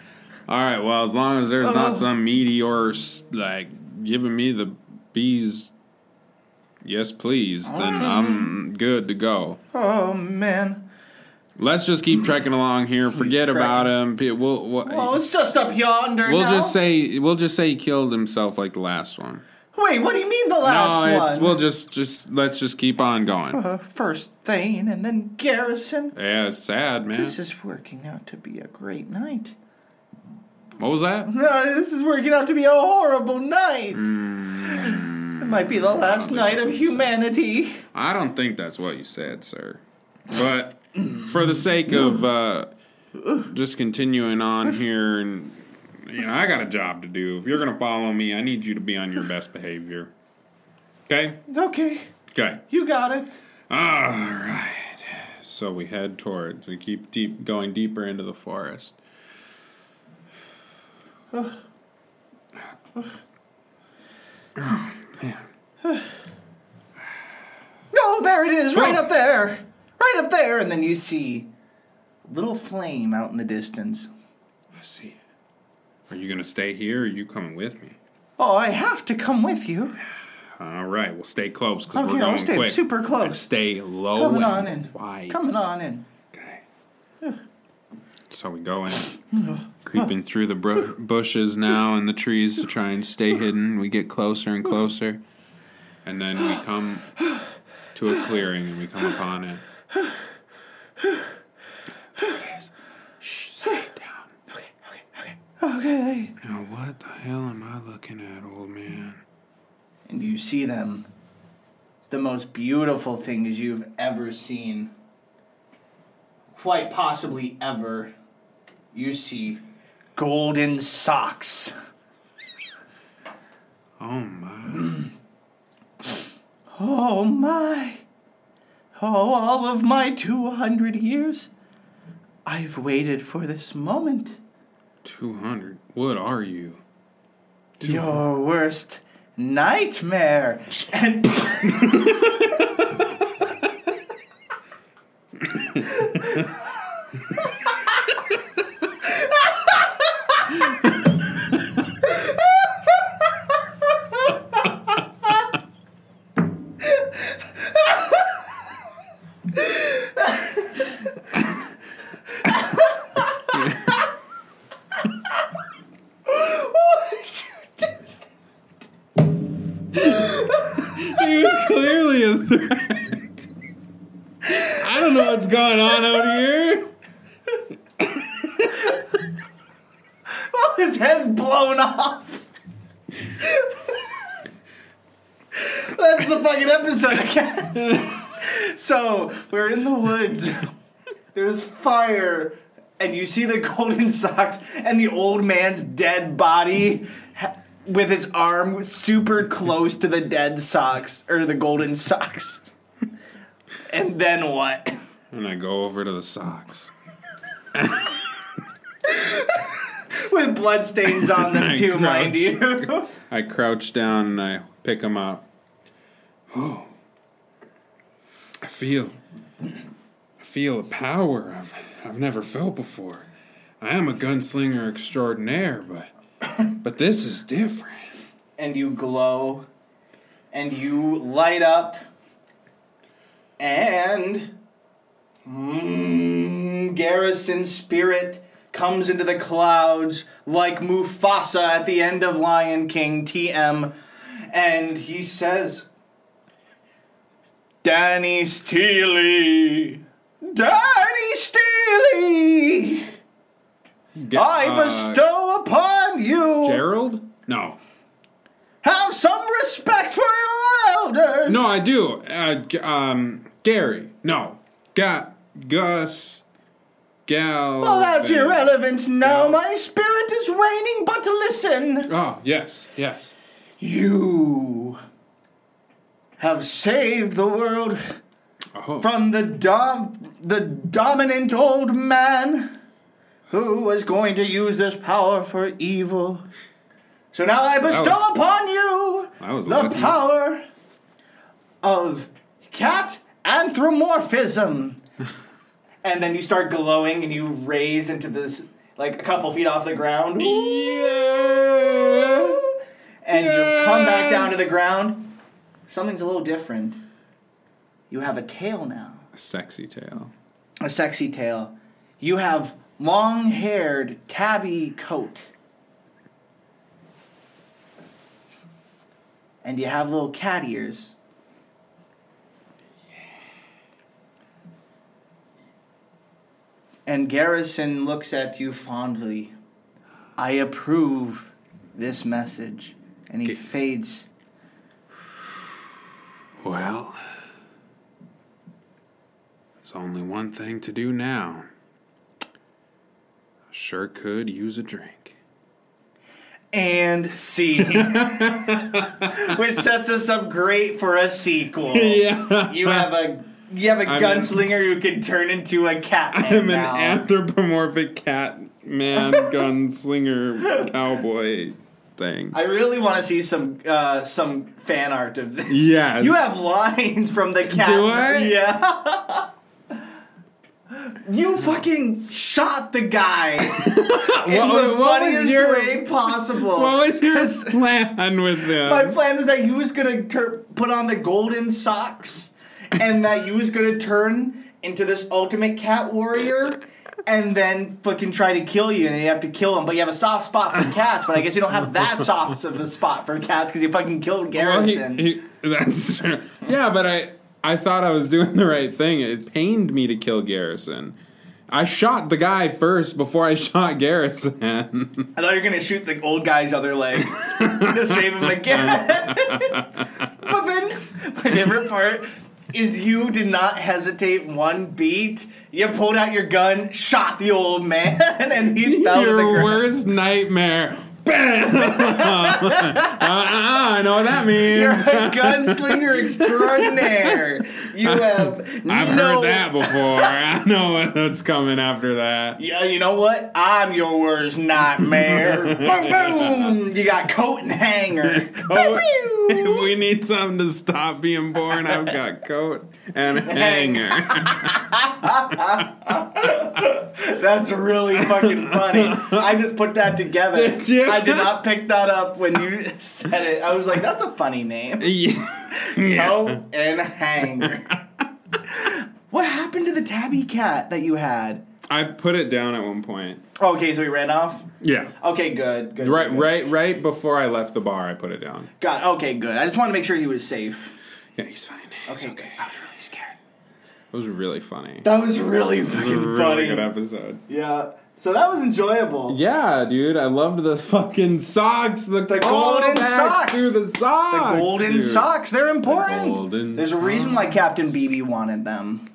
[SPEAKER 2] All right. Well, as long as there's
[SPEAKER 1] Oh.
[SPEAKER 2] not some meteor s- like giving me the bees, yes, please, then I'm good to go.
[SPEAKER 1] Oh, man.
[SPEAKER 2] Let's just keep trekking along here. Forget
[SPEAKER 1] Trekking.
[SPEAKER 2] about him. Pe- We'll we'll,
[SPEAKER 1] Oh, it's just up yonder
[SPEAKER 2] we'll
[SPEAKER 1] now.
[SPEAKER 2] just say we'll just say he killed himself like the last one.
[SPEAKER 1] Wait, what do you mean the last
[SPEAKER 2] no, it's
[SPEAKER 1] one?
[SPEAKER 2] we'll just just let's just keep on going.
[SPEAKER 1] Uh, first Thane and then Garrison.
[SPEAKER 2] Yeah, it's sad, man.
[SPEAKER 1] This is working out to be a great night.
[SPEAKER 2] What was that?
[SPEAKER 1] No, this is working out to be a horrible night.
[SPEAKER 2] Mm.
[SPEAKER 1] It might be the last night of humanity.
[SPEAKER 2] I don't think that's what you said, sir. But for the sake of uh, just continuing on here and You know, I got a job to do. If you're gonna follow me, I need you to be on your best behavior. Okay?
[SPEAKER 1] Okay,
[SPEAKER 2] Okay.
[SPEAKER 1] you got it.
[SPEAKER 2] So we head towards. We keep deep going deeper into the forest.
[SPEAKER 1] No, there it is, right up there, right up there. And then you see a little flame out in the distance.
[SPEAKER 2] I see. Are you gonna stay here? Or are you coming with me?
[SPEAKER 1] Oh, I have to come with you.
[SPEAKER 2] All right. Well, stay close because
[SPEAKER 1] Okay,
[SPEAKER 2] we're
[SPEAKER 1] I'll
[SPEAKER 2] going
[SPEAKER 1] stay
[SPEAKER 2] quick.
[SPEAKER 1] super close.
[SPEAKER 2] And stay low
[SPEAKER 1] Coming
[SPEAKER 2] and
[SPEAKER 1] on in.
[SPEAKER 2] wide.
[SPEAKER 1] Coming on in.
[SPEAKER 2] Okay. So we go in, creeping through the bru- bushes now and the trees to try and stay hidden. We get closer and closer, and then we come to a clearing and we come upon it.
[SPEAKER 1] Okay.
[SPEAKER 2] Now, what the hell am I looking at, old man?
[SPEAKER 1] And you see them. The most beautiful things you've ever seen. Quite possibly ever. You see golden socks.
[SPEAKER 2] Oh my!
[SPEAKER 1] (clears throat) Oh my. Oh, all of my 200 years. I've waited for this moment.
[SPEAKER 2] Two hundred. What are you?
[SPEAKER 1] Your worst nightmare. And
[SPEAKER 2] He was clearly a threat. I don't know what's going on out here.
[SPEAKER 1] his head's blown off. That's the fucking episode again. so we're in the woods. There's fire, and you see the golden socks and the old man's dead body ha- with its arm super close to the dead socks or the golden socks. And then what?
[SPEAKER 2] And I go over to the socks.
[SPEAKER 1] With bloodstains on them
[SPEAKER 2] I
[SPEAKER 1] too, mind
[SPEAKER 2] crouch.
[SPEAKER 1] you.
[SPEAKER 2] I crouch down and I pick them (gasps) up. Oh, I feel, I feel a power I've I've never felt before. I am a gunslinger extraordinaire, but but (coughs) this is different.
[SPEAKER 1] and you glow and you light up and mm, garrison spirit comes into the clouds like mufasa at the end of lion king tm and he says danny steely danny steely i
[SPEAKER 2] uh,
[SPEAKER 1] bestow upon you
[SPEAKER 2] Gerald? No,
[SPEAKER 1] have some respect for your elders.
[SPEAKER 2] no, I do. Uh, G- um, Gary? No, got Gus. Gal.
[SPEAKER 1] Well, that's
[SPEAKER 2] Van-
[SPEAKER 1] irrelevant now. My spirit is waning, but listen.
[SPEAKER 2] Oh yes, yes.
[SPEAKER 1] You have saved the world
[SPEAKER 2] Oh,
[SPEAKER 1] from the dom- the dominant old man who was going to use this power for evil. So now I bestow
[SPEAKER 2] was-
[SPEAKER 1] upon you
[SPEAKER 2] that was
[SPEAKER 1] the
[SPEAKER 2] lucky.
[SPEAKER 1] power of cat
[SPEAKER 2] (laughs)
[SPEAKER 1] anthropomorphism. and then you start glowing and you raise into this like a couple feet off the ground. And you come back down to the ground. Something's a little different. You have a tail now
[SPEAKER 2] sexy tail.
[SPEAKER 1] a sexy tail. You have long haired tabby coat. And you have little cat ears. And Garrison looks at you fondly. I approve this message. And he fades.
[SPEAKER 2] Well, there's only one thing to do now. I sure could use a drink.
[SPEAKER 1] and scene, which sets us up great for a sequel.
[SPEAKER 2] Yeah.
[SPEAKER 1] You have a you have a
[SPEAKER 2] I'm an-
[SPEAKER 1] gunslinger who can turn into a cat.
[SPEAKER 2] I'm an
[SPEAKER 1] now.
[SPEAKER 2] anthropomorphic cat
[SPEAKER 1] (laughs)
[SPEAKER 2] man gunslinger cowboy thing.
[SPEAKER 1] I really want to see some uh, some fan art of this.
[SPEAKER 2] Yes.
[SPEAKER 1] You have lines from the cat.
[SPEAKER 2] Do I?
[SPEAKER 1] Yeah. you fucking shot the
[SPEAKER 2] (laughs)
[SPEAKER 1] guy in
[SPEAKER 2] What-
[SPEAKER 1] the
[SPEAKER 2] what was
[SPEAKER 1] funniest
[SPEAKER 2] your-
[SPEAKER 1] way possible.
[SPEAKER 2] what was your plan with this?
[SPEAKER 1] My plan was that he was gonna tur- put on the golden socks, and that he was gonna turn into this ultimate cat warrior, and then fucking try to kill you, and then you have to kill him. But you have a soft spot for cats, but I guess you don't have that soft of a spot for cats because you fucking killed
[SPEAKER 2] Well, he-
[SPEAKER 1] Garrison.
[SPEAKER 2] he- that's true. Yeah, but I I thought I was doing the right thing. It pained me to kill Garrison. I shot the guy first before I (laughs) shot Garrison.
[SPEAKER 1] I thought you were gonna shoot the old guy's other
[SPEAKER 2] (laughs)
[SPEAKER 1] leg to save him again. but then my favorite part is you did not hesitate one beat. You pulled out your gun, shot the old man, (laughs) and he fell to the
[SPEAKER 2] Your
[SPEAKER 1] ground.
[SPEAKER 2] worst nightmare. Bam! (laughs) uh-uh, I know what that means.
[SPEAKER 1] You're a (laughs) gunslinger extraordinaire.
[SPEAKER 2] (laughs)
[SPEAKER 1] You have
[SPEAKER 2] I've
[SPEAKER 1] no.
[SPEAKER 2] heard that before. (laughs) I know what's coming
[SPEAKER 1] (laughs)
[SPEAKER 2] after that.
[SPEAKER 1] Yeah, you know what? I'm your worst
[SPEAKER 2] (laughs)
[SPEAKER 1] nightmare. boom, boom. You got coat and hanger.
[SPEAKER 2] Coat. If we need something to stop being born, I've got coat
[SPEAKER 1] (laughs)
[SPEAKER 2] and hanger.
[SPEAKER 1] That's really fucking funny. I just put that together.
[SPEAKER 2] (laughs) Did you?
[SPEAKER 1] I did not pick that up when you (laughs) said it. I was like, that's a funny name. Coat and hanger. What happened to the tabby cat that you had? Oh,
[SPEAKER 2] I put it down at one point.
[SPEAKER 1] Okay, so he ran off.
[SPEAKER 2] Yeah.
[SPEAKER 1] Okay, good, good.
[SPEAKER 2] Right,
[SPEAKER 1] good.
[SPEAKER 2] right, right before I left the bar, I put it down.
[SPEAKER 1] God, okay, good. I just wanted to make sure he was safe.
[SPEAKER 2] Yeah, he's fine. He's
[SPEAKER 1] Okay,
[SPEAKER 2] okay.
[SPEAKER 1] I was really scared.
[SPEAKER 2] It was really funny.
[SPEAKER 1] That was really
[SPEAKER 2] it was a
[SPEAKER 1] fucking
[SPEAKER 2] really good
[SPEAKER 1] funny.
[SPEAKER 2] episode.
[SPEAKER 1] Yeah. So that was enjoyable.
[SPEAKER 2] Yeah, dude, I loved the fucking socks. The,
[SPEAKER 1] golden
[SPEAKER 2] callback
[SPEAKER 1] socks.
[SPEAKER 2] to the
[SPEAKER 1] The
[SPEAKER 2] socks.
[SPEAKER 1] golden
[SPEAKER 2] dude.
[SPEAKER 1] socks, they're important.
[SPEAKER 2] golden
[SPEAKER 1] There's a reason
[SPEAKER 2] socks.
[SPEAKER 1] why Captain BB wanted them.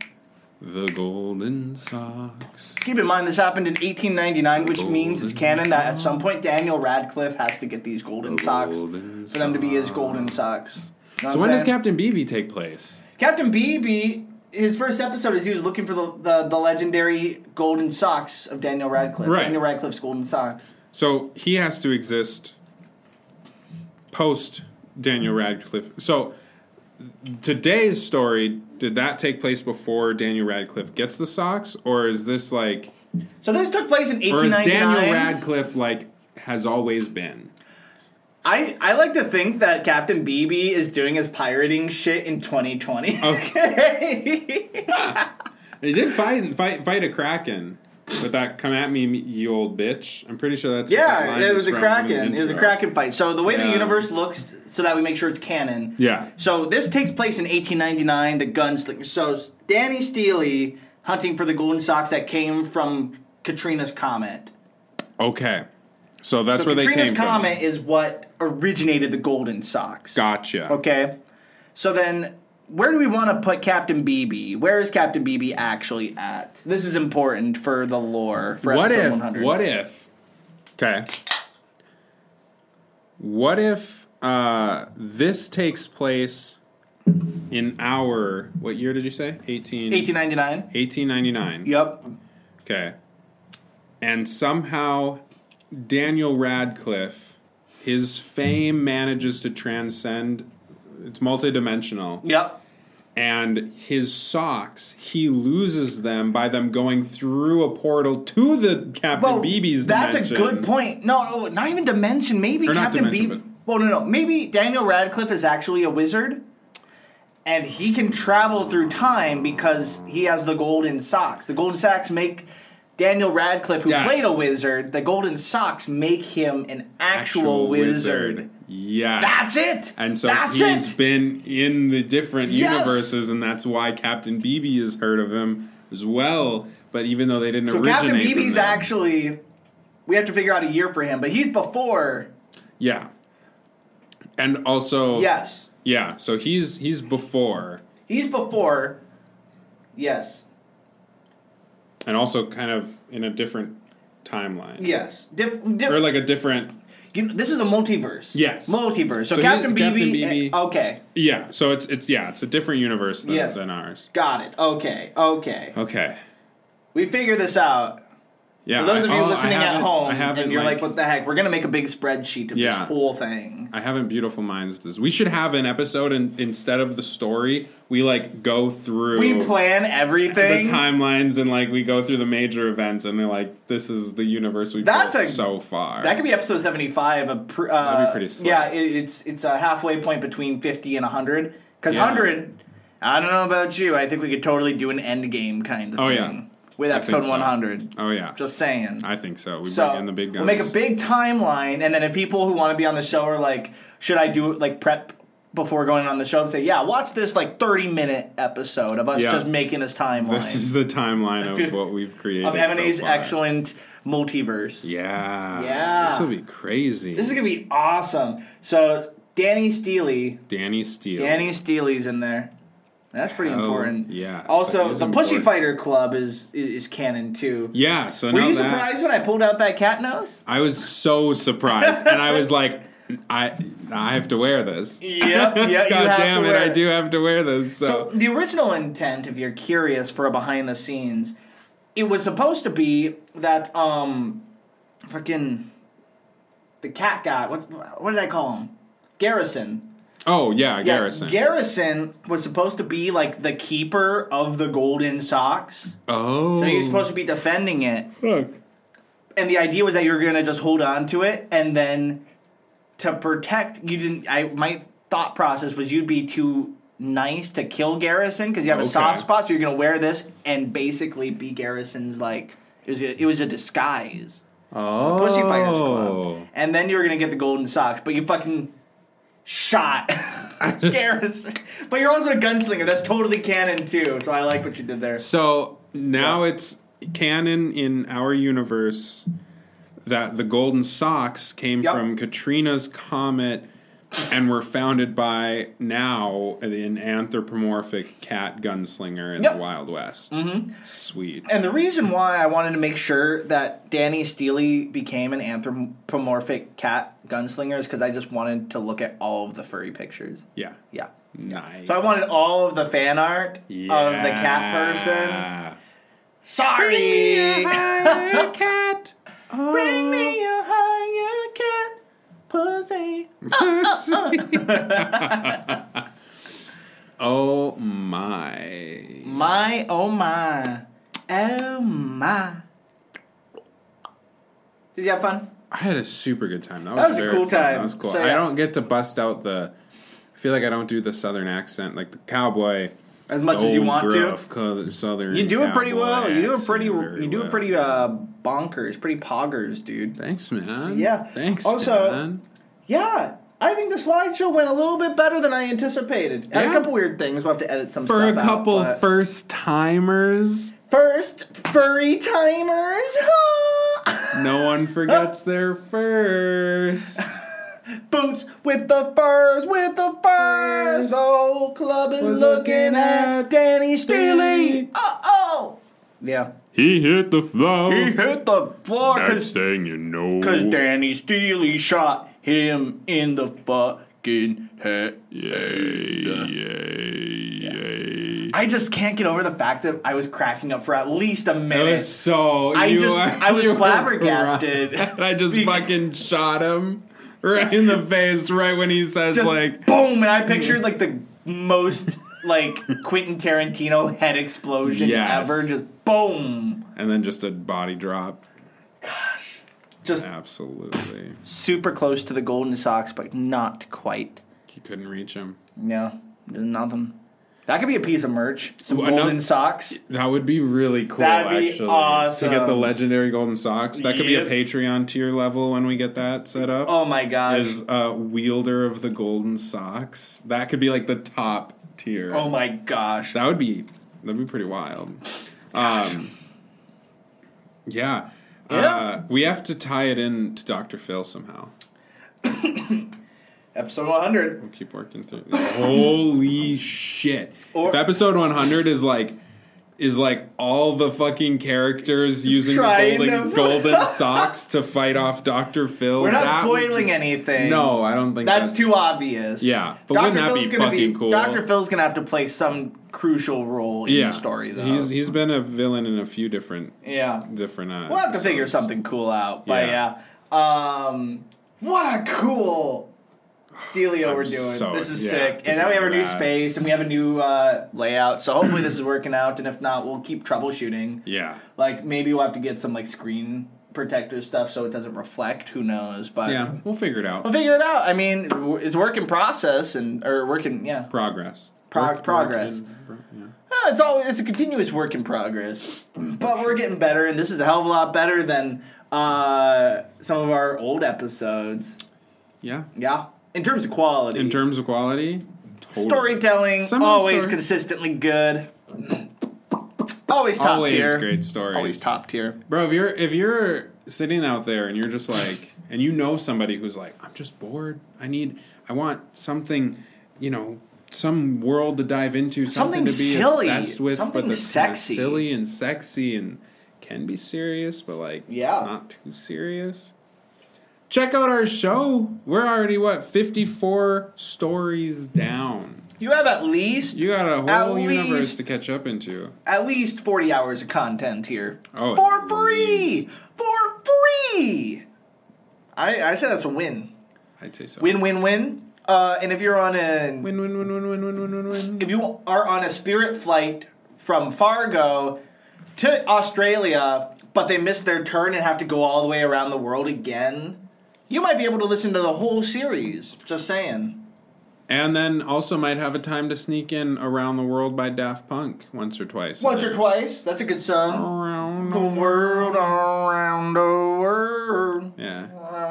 [SPEAKER 2] The golden socks.
[SPEAKER 1] Keep in mind, this happened in 1899, which means it's canon that at some point Daniel Radcliffe has to get these golden socks
[SPEAKER 2] Golden
[SPEAKER 1] for them to be his golden socks. You know
[SPEAKER 2] So
[SPEAKER 1] what
[SPEAKER 2] when
[SPEAKER 1] I'm
[SPEAKER 2] does
[SPEAKER 1] saying?
[SPEAKER 2] Captain BB take place?
[SPEAKER 1] Captain BB? His first episode is he was looking for the, the, the legendary golden socks of Daniel Radcliffe.
[SPEAKER 2] Right.
[SPEAKER 1] Daniel Radcliffe's golden socks.
[SPEAKER 2] So he has to exist post Daniel Radcliffe. So today's story did that take place before Daniel Radcliffe gets the socks, or is this like,
[SPEAKER 1] So this took place in
[SPEAKER 2] or is
[SPEAKER 1] 1899.
[SPEAKER 2] Daniel Radcliffe like has always been?
[SPEAKER 1] I, I like to think that Captain BB is doing his pirating shit in 2020. (laughs) Okay.
[SPEAKER 2] They did fight fight fight a kraken with that "Come at me, you old bitch." I'm pretty sure that's what that
[SPEAKER 1] Yeah,
[SPEAKER 2] line
[SPEAKER 1] it
[SPEAKER 2] is
[SPEAKER 1] was a
[SPEAKER 2] from in the
[SPEAKER 1] kraken. It was a
[SPEAKER 2] intro.
[SPEAKER 1] kraken fight. So the way the
[SPEAKER 2] Yeah.
[SPEAKER 1] universe looks, so that we make sure it's canon.
[SPEAKER 2] Yeah.
[SPEAKER 1] So this takes place in 1899. The gunslinger. So Danny Steele hunting for the golden socks that came from Katrina's comet.
[SPEAKER 2] Okay, so that's
[SPEAKER 1] So
[SPEAKER 2] where
[SPEAKER 1] Katrina's
[SPEAKER 2] they came
[SPEAKER 1] comet
[SPEAKER 2] from.
[SPEAKER 1] is what originated the golden socks.
[SPEAKER 2] Gotcha.
[SPEAKER 1] Okay. So then, where do we want to put Captain BB? Where is Captain BB actually at? This is important for the lore. For
[SPEAKER 2] what
[SPEAKER 1] episode
[SPEAKER 2] if
[SPEAKER 1] 100.
[SPEAKER 2] what if okay what if uh this takes place in our what year did you say 18
[SPEAKER 1] 1899?
[SPEAKER 2] 1899
[SPEAKER 1] Yep.
[SPEAKER 2] okay and somehow daniel radcliffe his fame manages to transcend it's multidimensional
[SPEAKER 1] Yep.
[SPEAKER 2] and his socks he loses them by them going through a portal to the captain
[SPEAKER 1] Well,
[SPEAKER 2] bb's
[SPEAKER 1] that's
[SPEAKER 2] dimension.
[SPEAKER 1] a good point. No, no, not even dimension. Maybe
[SPEAKER 2] Or not
[SPEAKER 1] Captain
[SPEAKER 2] dimension,
[SPEAKER 1] BB.
[SPEAKER 2] but-
[SPEAKER 1] Well, no, no. Maybe Daniel Radcliffe is actually a wizard, and he can travel through time because he has the golden socks. The golden socks make Daniel Radcliffe, who
[SPEAKER 2] Yes.
[SPEAKER 1] played a wizard, the golden socks make him an actual, wizard.
[SPEAKER 2] yes
[SPEAKER 1] That's it.
[SPEAKER 2] and so
[SPEAKER 1] that's
[SPEAKER 2] he's
[SPEAKER 1] it.
[SPEAKER 2] been in the different
[SPEAKER 1] Yes.
[SPEAKER 2] universes and that's why captain bb has heard of him as well but even though they didn't
[SPEAKER 1] So
[SPEAKER 2] originate
[SPEAKER 1] Captain
[SPEAKER 2] from
[SPEAKER 1] BB's
[SPEAKER 2] them.
[SPEAKER 1] actually. We have to figure out a year for him, but he's before.
[SPEAKER 2] yeah and also
[SPEAKER 1] Yes,
[SPEAKER 2] yeah so he's he's before
[SPEAKER 1] he's before. Yes.
[SPEAKER 2] and also kind of in a different timeline
[SPEAKER 1] Yes. Diff- diff-
[SPEAKER 2] or like a different
[SPEAKER 1] You know, this is a multiverse.
[SPEAKER 2] Yes.
[SPEAKER 1] Multiverse. So,
[SPEAKER 2] So he-
[SPEAKER 1] Captain
[SPEAKER 2] Captain
[SPEAKER 1] BB.
[SPEAKER 2] BB.
[SPEAKER 1] okay.
[SPEAKER 2] Yeah, so it's it's yeah, it's a different universe than,
[SPEAKER 1] Yes.
[SPEAKER 2] than ours.
[SPEAKER 1] Got it. Okay. Okay.
[SPEAKER 2] Okay.
[SPEAKER 1] We figured this out.
[SPEAKER 2] Yeah.
[SPEAKER 1] For those of
[SPEAKER 2] I-
[SPEAKER 1] you
[SPEAKER 2] oh, I
[SPEAKER 1] listening at
[SPEAKER 2] haven't-
[SPEAKER 1] home,
[SPEAKER 2] I haven't
[SPEAKER 1] and you're like, what the heck? We're going to make a big spreadsheet of
[SPEAKER 2] Yeah.
[SPEAKER 1] this whole thing.
[SPEAKER 2] I haven't beautiful minds this. We should have an episode and instead of the story, we like go through
[SPEAKER 1] We plan everything.
[SPEAKER 2] the timelines and like we go through the major events and they're like this is the universe we've
[SPEAKER 1] That's
[SPEAKER 2] built
[SPEAKER 1] a-
[SPEAKER 2] so far.
[SPEAKER 1] That could be episode 75. A pr- uh,
[SPEAKER 2] That'd be pretty slick.
[SPEAKER 1] Yeah, it, it's, it's a halfway point between 50 and 100. Because
[SPEAKER 2] Yeah.
[SPEAKER 1] 100, I don't know about you, I think we could totally do an end game kind of
[SPEAKER 2] Oh,
[SPEAKER 1] thing.
[SPEAKER 2] yeah.
[SPEAKER 1] With
[SPEAKER 2] I think
[SPEAKER 1] episode
[SPEAKER 2] so.
[SPEAKER 1] 100.
[SPEAKER 2] Oh yeah.
[SPEAKER 1] Just saying.
[SPEAKER 2] I think so. We
[SPEAKER 1] So
[SPEAKER 2] bring in the big guns.
[SPEAKER 1] we'll make a big timeline, and then if people who want to be on the show are like, should I do like prep before going on the show? And say, yeah, watch this like thirty minute episode of us
[SPEAKER 2] Yeah.
[SPEAKER 1] just making this timeline
[SPEAKER 2] This is the timeline of
[SPEAKER 1] (laughs)
[SPEAKER 2] what we've created.
[SPEAKER 1] of Ebony's
[SPEAKER 2] so far.
[SPEAKER 1] excellent multiverse.
[SPEAKER 2] Yeah.
[SPEAKER 1] Yeah.
[SPEAKER 2] This will be crazy.
[SPEAKER 1] This is gonna be awesome. So Danny Steely,
[SPEAKER 2] Danny Steele.
[SPEAKER 1] Danny Steely's in there. That's pretty
[SPEAKER 2] Hell
[SPEAKER 1] important.
[SPEAKER 2] Oh, yeah. That
[SPEAKER 1] Also,
[SPEAKER 2] is
[SPEAKER 1] the Pushy
[SPEAKER 2] important.
[SPEAKER 1] Fighter Club is is, is canon too.
[SPEAKER 2] Yeah, so
[SPEAKER 1] Were
[SPEAKER 2] now
[SPEAKER 1] you
[SPEAKER 2] that-
[SPEAKER 1] surprised when I pulled out that cat
[SPEAKER 2] (laughs)
[SPEAKER 1] nose?
[SPEAKER 2] I was so surprised, and I was like, I I have to wear this.
[SPEAKER 1] Yep. Yeah.
[SPEAKER 2] (laughs) God damn it, I do have to wear this. So,
[SPEAKER 1] So the original intent, if you're curious for a behind the scenes, it was supposed to be that um, freaking the cat guy. What's what did I call him? Garrison.
[SPEAKER 2] oh yeah,
[SPEAKER 1] Yeah,
[SPEAKER 2] Garrison.
[SPEAKER 1] Garrison was supposed to be like the keeper of the golden socks.
[SPEAKER 2] oh,
[SPEAKER 1] So you're supposed to be defending it.
[SPEAKER 2] Huh.
[SPEAKER 1] And the idea was that you're gonna just hold on to it and then to protect you didn't I my thought process was you'd be too nice to kill Garrison because you have a
[SPEAKER 2] Okay.
[SPEAKER 1] soft spot, so you're gonna wear this and basically be Garrison's like it was a, it was a disguise.
[SPEAKER 2] oh,
[SPEAKER 1] Pussy Fighters Club. And then you were gonna get the golden socks, but you fucking
[SPEAKER 2] (laughs)
[SPEAKER 1] shot Garrison. But you're also a gunslinger. That's totally canon too. So I like what you did there.
[SPEAKER 2] So now it's canon in our universe that the golden socks came
[SPEAKER 1] Yep.
[SPEAKER 2] from Katrina's comet and were founded by now an anthropomorphic cat gunslinger in
[SPEAKER 1] Yep.
[SPEAKER 2] the Wild West. Mm-hmm. Sweet.
[SPEAKER 1] And the reason why I wanted to make sure that Danny Steely became an anthropomorphic cat gunslinger is because I just wanted to look at all of the furry pictures.
[SPEAKER 2] yeah.
[SPEAKER 1] Yeah.
[SPEAKER 2] Nice.
[SPEAKER 1] So I wanted all of the fan art of the cat
[SPEAKER 2] (laughs)
[SPEAKER 1] person.
[SPEAKER 2] Yeah.
[SPEAKER 1] Sorry. (laughs)
[SPEAKER 2] Hi, cat.
[SPEAKER 1] Bring me a higher cat pussy.
[SPEAKER 2] oh my.
[SPEAKER 1] My oh my. Oh my. Did you have fun?
[SPEAKER 2] I had a super good time. That was,
[SPEAKER 1] That was a
[SPEAKER 2] very
[SPEAKER 1] cool
[SPEAKER 2] fun.
[SPEAKER 1] time.
[SPEAKER 2] That was cool.
[SPEAKER 1] So,
[SPEAKER 2] I
[SPEAKER 1] yeah.
[SPEAKER 2] don't get to bust out the. I feel like I don't do the southern accent, like the cowboy.
[SPEAKER 1] As much as you want to.
[SPEAKER 2] to. Southern.
[SPEAKER 1] You do it pretty
[SPEAKER 2] cowboy
[SPEAKER 1] well. You do it pretty
[SPEAKER 2] accent very
[SPEAKER 1] you do
[SPEAKER 2] well.
[SPEAKER 1] it pretty uh bonkers, pretty poggers, dude.
[SPEAKER 2] Thanks, man.
[SPEAKER 1] Yeah.
[SPEAKER 2] Thanks.
[SPEAKER 1] Also-
[SPEAKER 2] man.
[SPEAKER 1] Yeah. I think the slideshow went a little bit better than I anticipated. Had a
[SPEAKER 2] Yeah.
[SPEAKER 1] couple weird things. We'll have to edit some
[SPEAKER 2] for a
[SPEAKER 1] stuff out,
[SPEAKER 2] couple
[SPEAKER 1] but-
[SPEAKER 2] first timers,
[SPEAKER 1] first furry timers.
[SPEAKER 2] no one forgets their first.
[SPEAKER 1] (laughs) Boots with the furs, with the furs. The whole club is
[SPEAKER 2] Was
[SPEAKER 1] looking
[SPEAKER 2] looking
[SPEAKER 1] at
[SPEAKER 2] at
[SPEAKER 1] Danny Steely.
[SPEAKER 2] Steely.
[SPEAKER 1] Uh oh. Yeah.
[SPEAKER 2] He hit the floor.
[SPEAKER 1] He hit the floor
[SPEAKER 2] Next
[SPEAKER 1] because
[SPEAKER 2] thing you know,
[SPEAKER 1] Danny Steely shot him in the fucking head.
[SPEAKER 2] yay, yay, yay.
[SPEAKER 1] I just can't get over the fact that I was cracking up for at least a
[SPEAKER 2] It
[SPEAKER 1] minute.
[SPEAKER 2] was so.
[SPEAKER 1] I
[SPEAKER 2] you
[SPEAKER 1] just-
[SPEAKER 2] were-
[SPEAKER 1] I was
[SPEAKER 2] (laughs) you were
[SPEAKER 1] flabbergasted.
[SPEAKER 2] right. (laughs) I just
[SPEAKER 1] Because-
[SPEAKER 2] fucking shot him right
[SPEAKER 1] (laughs)
[SPEAKER 2] in the face, right when he says
[SPEAKER 1] just
[SPEAKER 2] like,
[SPEAKER 1] boom, and I pictured like the most
[SPEAKER 2] (laughs)
[SPEAKER 1] like Quentin Tarantino head explosion
[SPEAKER 2] Yes.
[SPEAKER 1] ever. Just boom.
[SPEAKER 2] and then just a body drop.
[SPEAKER 1] Just
[SPEAKER 2] Absolutely,
[SPEAKER 1] super close to the golden socks, but not quite.
[SPEAKER 2] he couldn't reach him.
[SPEAKER 1] No, there's nothing. That could be a piece of merch. Some
[SPEAKER 2] Well,
[SPEAKER 1] golden
[SPEAKER 2] no-
[SPEAKER 1] socks.
[SPEAKER 2] That would be really cool.
[SPEAKER 1] That'd be
[SPEAKER 2] actually,
[SPEAKER 1] awesome.
[SPEAKER 2] to get the legendary golden socks. That could
[SPEAKER 1] Yep.
[SPEAKER 2] be a Patreon tier level when we get that set up.
[SPEAKER 1] Oh my gosh.
[SPEAKER 2] Is uh, wielder of the golden socks. That could be like the top tier.
[SPEAKER 1] oh my gosh.
[SPEAKER 2] That would be that'd be pretty wild. Um, yeah.
[SPEAKER 1] Yeah.
[SPEAKER 2] Uh, we have to tie it in to Dr. Phil somehow.
[SPEAKER 1] Episode 100.
[SPEAKER 2] We'll (laughs) keep working through. Holy shit!
[SPEAKER 1] Or-
[SPEAKER 2] if episode 100 is like is like all the fucking characters using the
[SPEAKER 1] Trying
[SPEAKER 2] golden,
[SPEAKER 1] to- (laughs)
[SPEAKER 2] golden socks to fight off Dr. Phil.
[SPEAKER 1] We're not
[SPEAKER 2] That would-
[SPEAKER 1] spoiling anything.
[SPEAKER 2] No, I don't think
[SPEAKER 1] That's
[SPEAKER 2] that-
[SPEAKER 1] too obvious.
[SPEAKER 2] Yeah, but wouldn't that be
[SPEAKER 1] gonna
[SPEAKER 2] fucking cool?
[SPEAKER 1] Dr. Phil's gonna have to play some crucial role in
[SPEAKER 2] yeah.
[SPEAKER 1] the story, though.
[SPEAKER 2] He's he's been a villain in a few different
[SPEAKER 1] yeah,
[SPEAKER 2] different. Uh,
[SPEAKER 1] we'll have to
[SPEAKER 2] episodes.
[SPEAKER 1] figure something cool out. But
[SPEAKER 2] Yeah.
[SPEAKER 1] yeah, um, what a cool dealio we're doing.
[SPEAKER 2] so-
[SPEAKER 1] this is
[SPEAKER 2] yeah,
[SPEAKER 1] sick,
[SPEAKER 2] this
[SPEAKER 1] and now we
[SPEAKER 2] is
[SPEAKER 1] have a new
[SPEAKER 2] rad.
[SPEAKER 1] space and we have a new uh, layout. So hopefully this is working out, and if not, we'll keep troubleshooting.
[SPEAKER 2] Yeah,
[SPEAKER 1] Like maybe we'll have to get some like screen protector stuff so it doesn't reflect. Who knows? But
[SPEAKER 2] yeah, we'll figure it out.
[SPEAKER 1] We'll figure it out. I mean, it's work in process and or work in yeah.
[SPEAKER 2] Progress.
[SPEAKER 1] Prog-
[SPEAKER 2] Work- work
[SPEAKER 1] progress.
[SPEAKER 2] in- pro- yeah.
[SPEAKER 1] No, it's all it's a continuous work in progress. But we're getting better, and this is a hell of a lot better than uh, some of our old episodes. (laughs)
[SPEAKER 2] Yeah.
[SPEAKER 1] Yeah, in terms of quality,
[SPEAKER 2] In terms of quality, totally.
[SPEAKER 1] storytelling,
[SPEAKER 2] Some of the
[SPEAKER 1] always
[SPEAKER 2] story-
[SPEAKER 1] consistently good. Always top
[SPEAKER 2] Always
[SPEAKER 1] tier.
[SPEAKER 2] great stories.
[SPEAKER 1] Always top tier.
[SPEAKER 2] Bro, if you're if you're sitting out there and you're just like and you know somebody who's like, I'm just bored. I need I want something, you know, some world to dive into, something,
[SPEAKER 1] Something
[SPEAKER 2] to be
[SPEAKER 1] silly,
[SPEAKER 2] obsessed with,
[SPEAKER 1] something
[SPEAKER 2] but that's
[SPEAKER 1] sexy.
[SPEAKER 2] Kinda silly and sexy and can be serious, but like
[SPEAKER 1] Yeah.
[SPEAKER 2] not too serious. Check out our show. We're already what 54 stories down.
[SPEAKER 1] You have at least
[SPEAKER 2] You got a whole
[SPEAKER 1] At
[SPEAKER 2] universe
[SPEAKER 1] least-
[SPEAKER 2] to catch up into.
[SPEAKER 1] at least 40 hours of content here.
[SPEAKER 2] Oh,
[SPEAKER 1] for
[SPEAKER 2] at
[SPEAKER 1] free! For free! I, I said that's a win.
[SPEAKER 2] I'd say so.
[SPEAKER 1] Win, win, win. Uh, and if you're on a
[SPEAKER 2] win win win win win win win win win.
[SPEAKER 1] if you are on a spirit flight from Fargo to Australia, but they miss their turn and have to go all the way around the world again, you might be able to listen to the whole series. Just saying.
[SPEAKER 2] And then also might have a time to sneak in Around the World by Daft Punk once or twice.
[SPEAKER 1] Once or twice. That's a good song.
[SPEAKER 2] Around
[SPEAKER 1] The
[SPEAKER 2] the-
[SPEAKER 1] world around the world.
[SPEAKER 2] Yeah.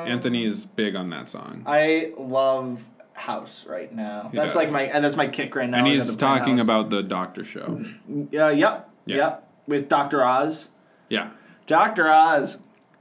[SPEAKER 2] Anthony's big on that song.
[SPEAKER 1] I love House right now.
[SPEAKER 2] He
[SPEAKER 1] that's
[SPEAKER 2] does.
[SPEAKER 1] like my and that's my kick right now.
[SPEAKER 2] and
[SPEAKER 1] is
[SPEAKER 2] he's
[SPEAKER 1] at the Playhouse.
[SPEAKER 2] talking about the Doctor Show.
[SPEAKER 1] uh, yep,
[SPEAKER 2] Yeah.
[SPEAKER 1] yep, with Doctor Oz.
[SPEAKER 2] Yeah.
[SPEAKER 1] Doctor Oz.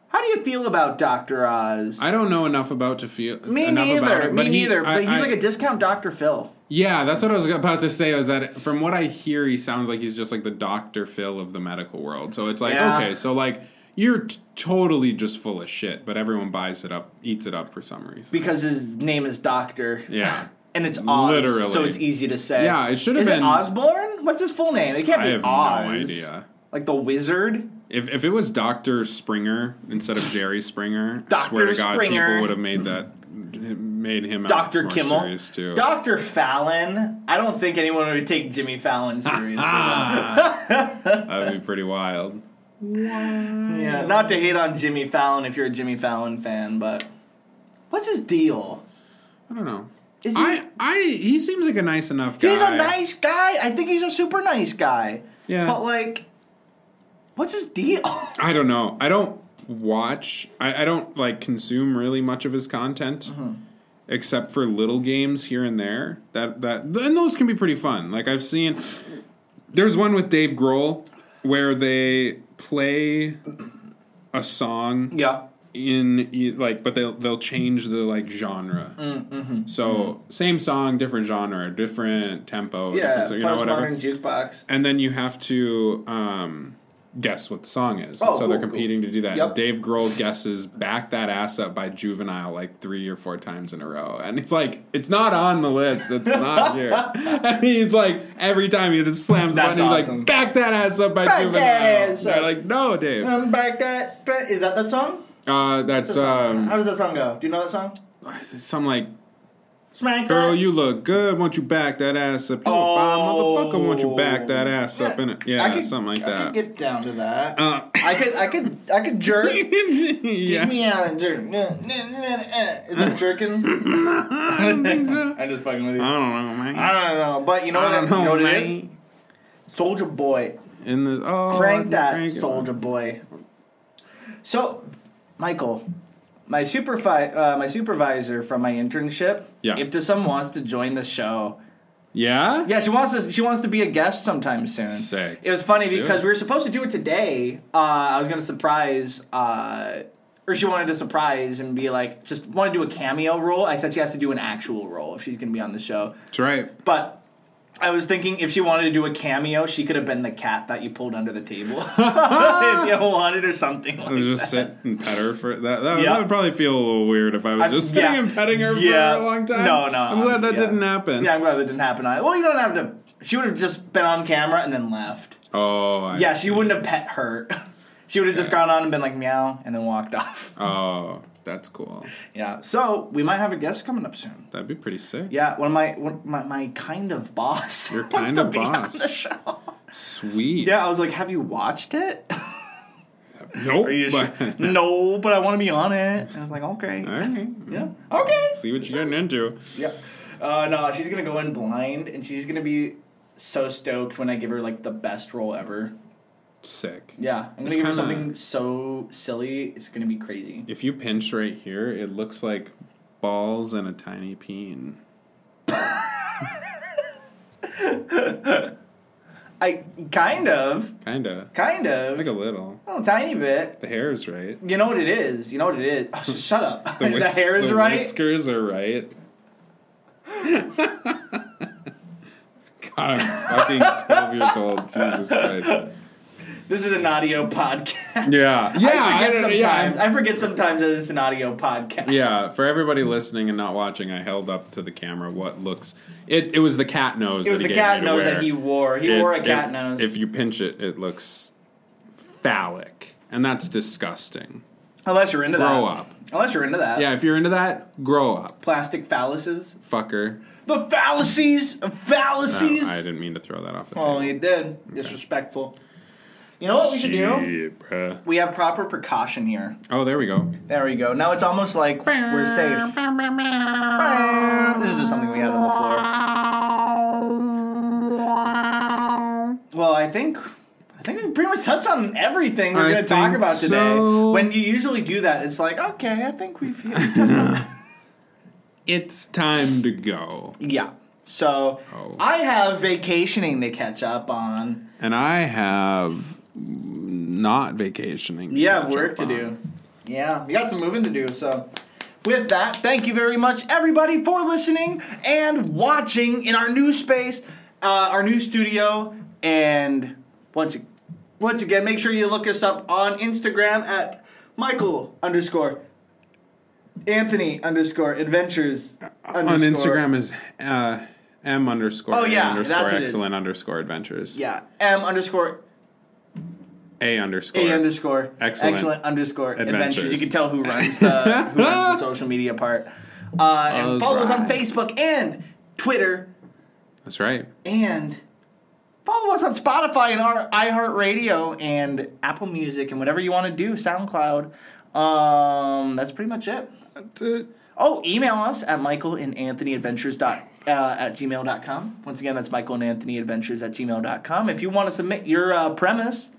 [SPEAKER 1] How do you feel about Doctor Oz?
[SPEAKER 2] I don't know enough about to feel.
[SPEAKER 1] Me
[SPEAKER 2] enough
[SPEAKER 1] neither.
[SPEAKER 2] About it,
[SPEAKER 1] Me
[SPEAKER 2] but he-
[SPEAKER 1] neither.
[SPEAKER 2] I-
[SPEAKER 1] but he's
[SPEAKER 2] I-
[SPEAKER 1] like a discount Doctor Phil.
[SPEAKER 2] Yeah, that's what I was about to say. Was that from what I hear, he sounds like he's just like the Doctor Phil of the medical world. So it's like,
[SPEAKER 1] Yeah.
[SPEAKER 2] okay, so like you're t- totally just full of shit, but everyone buys it up, eats it up for some reason.
[SPEAKER 1] Because his name is Doctor.
[SPEAKER 2] yeah,
[SPEAKER 1] (laughs) And it's Oz.
[SPEAKER 2] Literally.
[SPEAKER 1] So it's easy to say.
[SPEAKER 2] Yeah, it should have
[SPEAKER 1] Is
[SPEAKER 2] been-
[SPEAKER 1] it Osborne? What's his full name? It can't
[SPEAKER 2] I
[SPEAKER 1] be
[SPEAKER 2] have
[SPEAKER 1] Oz.
[SPEAKER 2] no idea.
[SPEAKER 1] Like the wizard?
[SPEAKER 2] If, if it was Doctor Springer instead of Jerry Springer, I swear
[SPEAKER 1] Dr.
[SPEAKER 2] to God,
[SPEAKER 1] Springer.
[SPEAKER 2] people would have made that made him out
[SPEAKER 1] Dr.
[SPEAKER 2] more
[SPEAKER 1] Kimmel?
[SPEAKER 2] serious, too.
[SPEAKER 1] Dr. Fallon? I don't think anyone would take Jimmy Fallon
[SPEAKER 2] (laughs)
[SPEAKER 1] seriously.
[SPEAKER 2] That'd be pretty wild.
[SPEAKER 1] yeah, not to hate on Jimmy Fallon if you're a Jimmy Fallon fan, but what's his deal?
[SPEAKER 2] I don't know.
[SPEAKER 1] Is he
[SPEAKER 2] I I he seems like a nice enough guy.
[SPEAKER 1] He's a nice guy. I think he's a super nice guy.
[SPEAKER 2] Yeah.
[SPEAKER 1] But like, what's his
[SPEAKER 2] (laughs)
[SPEAKER 1] deal?
[SPEAKER 2] I don't know. I don't watch. I, I don't like consume really much of his content,
[SPEAKER 1] Mm-hmm.
[SPEAKER 2] except for little games here and there. That that and those can be pretty fun. Like I've seen. There's one with Dave Grohl where they play a song
[SPEAKER 1] yeah.
[SPEAKER 2] in e- like, but they'll they'll change the like genre.
[SPEAKER 1] Mm-hmm.
[SPEAKER 2] So same song, different genre, different tempo,
[SPEAKER 1] Yeah.
[SPEAKER 2] different, so, you know whatever
[SPEAKER 1] Postmodern jukebox.
[SPEAKER 2] and then you have to um, guess what the song is.
[SPEAKER 1] Oh,
[SPEAKER 2] so
[SPEAKER 1] cool,
[SPEAKER 2] they're competing to do that.
[SPEAKER 1] Yep.
[SPEAKER 2] Dave Grohl guesses "Back That Ass Up" by Juvenile like three or four times in a row, and it's like it's not on the list. It's
[SPEAKER 1] (laughs)
[SPEAKER 2] not here. And he's like every time he just slams a
[SPEAKER 1] That's
[SPEAKER 2] button. He's
[SPEAKER 1] awesome.
[SPEAKER 2] like "Back That Ass Up" by
[SPEAKER 1] Back that
[SPEAKER 2] Juvenile.
[SPEAKER 1] ass
[SPEAKER 2] They're
[SPEAKER 1] up.
[SPEAKER 2] like, no, Dave.
[SPEAKER 1] Um, back that. ba- Is that that song?
[SPEAKER 2] Uh, that's
[SPEAKER 1] How
[SPEAKER 2] um,
[SPEAKER 1] does that song go? Do you know that song?
[SPEAKER 2] some like.
[SPEAKER 1] Smack
[SPEAKER 2] Girl,
[SPEAKER 1] that.
[SPEAKER 2] you look good. Won't you back that ass up? You a fine
[SPEAKER 1] Oh.
[SPEAKER 2] motherfucker. Won't you back that ass up? In it, yeah,
[SPEAKER 1] could-
[SPEAKER 2] something
[SPEAKER 1] I
[SPEAKER 2] like
[SPEAKER 1] could
[SPEAKER 2] (laughs) that. Uh.
[SPEAKER 1] get down to that. I could. I could. I could jerk.
[SPEAKER 2] (laughs) yeah.
[SPEAKER 1] Get me out and jerk. Nah, nah, nah, nah. Is that jerking?
[SPEAKER 2] (laughs) I don't
[SPEAKER 1] (laughs)
[SPEAKER 2] think so.
[SPEAKER 1] I'm just fucking with you.
[SPEAKER 2] I don't know, man.
[SPEAKER 1] I don't know, but you know
[SPEAKER 2] I
[SPEAKER 1] what?
[SPEAKER 2] don't know,
[SPEAKER 1] you know what it is?
[SPEAKER 2] man.
[SPEAKER 1] Soldier Boy.
[SPEAKER 2] In this, oh,
[SPEAKER 1] Crank that,
[SPEAKER 2] crank it.
[SPEAKER 1] soldier boy. So, Michael, my supervi- uh, my supervisor from my internship,
[SPEAKER 2] Yeah.
[SPEAKER 1] if to someone wants to join the show,
[SPEAKER 2] Yeah?
[SPEAKER 1] yeah, she wants to she wants to be a guest sometime soon.
[SPEAKER 2] Sick.
[SPEAKER 1] It was funny
[SPEAKER 2] Let's do
[SPEAKER 1] because
[SPEAKER 2] it.
[SPEAKER 1] we were supposed to do it today. Uh, I was gonna surprise, uh, or she wanted to surprise and be like, just want to do a cameo role. I said she has to do an actual role if she's gonna be on the show,
[SPEAKER 2] That's right.
[SPEAKER 1] but. I was thinking if she wanted to do a cameo, she could have been the cat that you pulled under the table (laughs) if
[SPEAKER 2] (laughs)
[SPEAKER 1] you wanted or something.
[SPEAKER 2] I
[SPEAKER 1] Like
[SPEAKER 2] was just sit and pet her for that. That,
[SPEAKER 1] Yeah.
[SPEAKER 2] that would probably feel a little weird if I was
[SPEAKER 1] I-
[SPEAKER 2] just sitting
[SPEAKER 1] yeah.
[SPEAKER 2] and petting her
[SPEAKER 1] Yeah.
[SPEAKER 2] for a long time.
[SPEAKER 1] No, no,
[SPEAKER 2] I'm glad that
[SPEAKER 1] honestly, yeah.
[SPEAKER 2] didn't happen.
[SPEAKER 1] yeah, I'm glad that didn't happen. I, well, you don't have to. She would have just been on camera and then left.
[SPEAKER 2] Oh, I
[SPEAKER 1] Yeah,
[SPEAKER 2] see.
[SPEAKER 1] she wouldn't have pet her. (laughs) she would have just gone on and been like meow and then walked off.
[SPEAKER 2] Oh, that's cool.
[SPEAKER 1] Yeah. So we might have a guest coming up soon.
[SPEAKER 2] That'd be pretty sick.
[SPEAKER 1] Yeah, one of my one, my, my kind of boss
[SPEAKER 2] Your
[SPEAKER 1] (laughs) wants
[SPEAKER 2] kind
[SPEAKER 1] to
[SPEAKER 2] of
[SPEAKER 1] be
[SPEAKER 2] boss.
[SPEAKER 1] on the show.
[SPEAKER 2] Sweet.
[SPEAKER 1] Yeah, I was like, have you watched it? (laughs)
[SPEAKER 2] Nope. (laughs)
[SPEAKER 1] Are you
[SPEAKER 2] but-
[SPEAKER 1] sure? no, but I want to be on it. And I was like, okay.
[SPEAKER 2] All right.
[SPEAKER 1] Yeah. Okay.
[SPEAKER 2] See what you're getting into.
[SPEAKER 1] Yeah. Uh, no, she's gonna go in blind, and she's gonna be so stoked when I give her like the best role ever.
[SPEAKER 2] Sick.
[SPEAKER 1] Yeah, I'm gonna
[SPEAKER 2] It's
[SPEAKER 1] give her
[SPEAKER 2] kinda-
[SPEAKER 1] something so silly. It's gonna be crazy.
[SPEAKER 2] If you pinch right here, it looks like balls and a tiny peen.
[SPEAKER 1] I kind of,
[SPEAKER 2] Kinda.
[SPEAKER 1] kind of,
[SPEAKER 2] Like a little.
[SPEAKER 1] a tiny bit.
[SPEAKER 2] The hair is right.
[SPEAKER 1] You know what it is. You know what it is. Oh, sh- shut up. (laughs) The,
[SPEAKER 2] whis-
[SPEAKER 1] hair is
[SPEAKER 2] the
[SPEAKER 1] right.
[SPEAKER 2] Whiskers are right. (laughs) God, I'm fucking twelve years old. Jesus Christ.
[SPEAKER 1] This is an audio podcast.
[SPEAKER 2] Yeah, yeah,
[SPEAKER 1] (laughs) I forget
[SPEAKER 2] don't-
[SPEAKER 1] sometimes.
[SPEAKER 2] yeah, I'm-
[SPEAKER 1] I forget sometimes that it's an audio podcast.
[SPEAKER 2] yeah. For everybody listening and not watching, I held up to the camera what looks. It it was the cat nose.
[SPEAKER 1] It was
[SPEAKER 2] that
[SPEAKER 1] the
[SPEAKER 2] he gave
[SPEAKER 1] cat
[SPEAKER 2] me to
[SPEAKER 1] nose
[SPEAKER 2] wear.
[SPEAKER 1] that he wore. He
[SPEAKER 2] It-
[SPEAKER 1] wore a
[SPEAKER 2] it-
[SPEAKER 1] cat nose.
[SPEAKER 2] If you pinch it, it looks phallic, and that's disgusting.
[SPEAKER 1] Unless you're into that.
[SPEAKER 2] Grow up.
[SPEAKER 1] Unless you're into that.
[SPEAKER 2] Yeah, if you're into that, grow up,
[SPEAKER 1] Plastic phalluses.
[SPEAKER 2] fucker.
[SPEAKER 1] The fallacies of
[SPEAKER 2] No,
[SPEAKER 1] fallacies.
[SPEAKER 2] I didn't mean to throw that off. The
[SPEAKER 1] Oh,
[SPEAKER 2] table.
[SPEAKER 1] you did. Disrespectful. You know what we should do?
[SPEAKER 2] Shit, bruh.
[SPEAKER 1] We have proper precaution here.
[SPEAKER 2] Oh, there we go.
[SPEAKER 1] There we go. Now it's almost like we're safe. This is just something we had on the floor. Well, I think I think we pretty much touched on everything we're
[SPEAKER 2] I
[SPEAKER 1] going to talk
[SPEAKER 2] think
[SPEAKER 1] about today.
[SPEAKER 2] so.
[SPEAKER 1] When you usually do that, it's like, okay, I think we've
[SPEAKER 2] (laughs)
[SPEAKER 1] hit.
[SPEAKER 2] It's time to go.
[SPEAKER 1] yeah. So
[SPEAKER 2] Oh.
[SPEAKER 1] I have vacationing to catch up on.
[SPEAKER 2] And I have not vacationing.
[SPEAKER 1] Yeah,
[SPEAKER 2] catch
[SPEAKER 1] work
[SPEAKER 2] up
[SPEAKER 1] to
[SPEAKER 2] on.
[SPEAKER 1] do. Yeah, we got some moving to do. So, with that, thank you very much, everybody, for listening and watching in our new space, uh, our new studio. And once, once again, make sure you look us up on Instagram at Michael underscore Anthony underscore Adventures
[SPEAKER 2] On Instagram is uh, M underscore
[SPEAKER 1] Oh,
[SPEAKER 2] A
[SPEAKER 1] yeah,
[SPEAKER 2] underscore
[SPEAKER 1] that's what it is.
[SPEAKER 2] excellent underscore adventures.
[SPEAKER 1] Yeah, M underscore
[SPEAKER 2] A underscore.
[SPEAKER 1] A underscore
[SPEAKER 2] Excellent.
[SPEAKER 1] excellent underscore adventures.
[SPEAKER 2] Adventures.
[SPEAKER 1] You can tell who runs the who
[SPEAKER 2] (laughs)
[SPEAKER 1] runs the social media part. Uh, and
[SPEAKER 2] Those
[SPEAKER 1] follow us on
[SPEAKER 2] right.
[SPEAKER 1] Facebook and Twitter
[SPEAKER 2] That's right.
[SPEAKER 1] and follow us on Spotify and our iHeartRadio and Apple Music and whatever you want to do, SoundCloud. Um, that's pretty much it.
[SPEAKER 2] That's it.
[SPEAKER 1] Oh, email us at Michael and Anthony Adventures dot, uh, at gmail.com. Once again, that's Michael and Anthony Adventures at gmail.com. If you want to submit your uh, premise,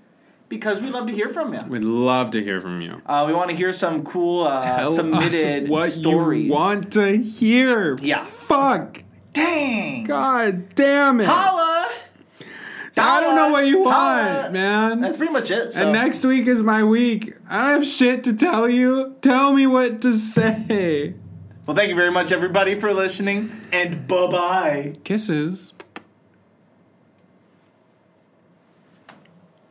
[SPEAKER 1] because we love to hear from you.
[SPEAKER 2] We'd love to hear from you.
[SPEAKER 1] Uh, we want to hear some cool uh,
[SPEAKER 2] Tell
[SPEAKER 1] submitted
[SPEAKER 2] us what
[SPEAKER 1] stories.
[SPEAKER 2] you want to hear.
[SPEAKER 1] Yeah.
[SPEAKER 2] Fuck.
[SPEAKER 1] Dang.
[SPEAKER 2] God damn it.
[SPEAKER 1] Holla.
[SPEAKER 2] I don't know what you want,
[SPEAKER 1] Holla.
[SPEAKER 2] man.
[SPEAKER 1] That's pretty much it. So.
[SPEAKER 2] And next week is my week. I don't have shit to tell you. Tell me what to say.
[SPEAKER 1] well, thank you very much, everybody, for listening, and bye bye.
[SPEAKER 2] Kisses.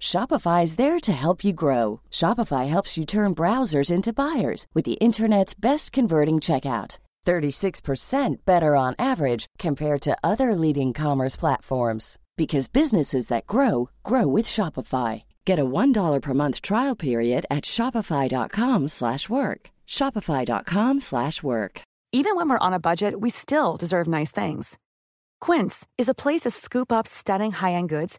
[SPEAKER 6] Shopify is there to help you grow. Shopify helps you turn browsers into buyers with the internet's best converting checkout. 36% better on average compared to other leading commerce platforms because businesses that grow grow with Shopify. Get a $1 per month trial period at shopify.com/work. slash work. shopify.com/work. slash work.
[SPEAKER 7] Even when we're on a budget, we still deserve nice things. Quince is a place to scoop up stunning high end goods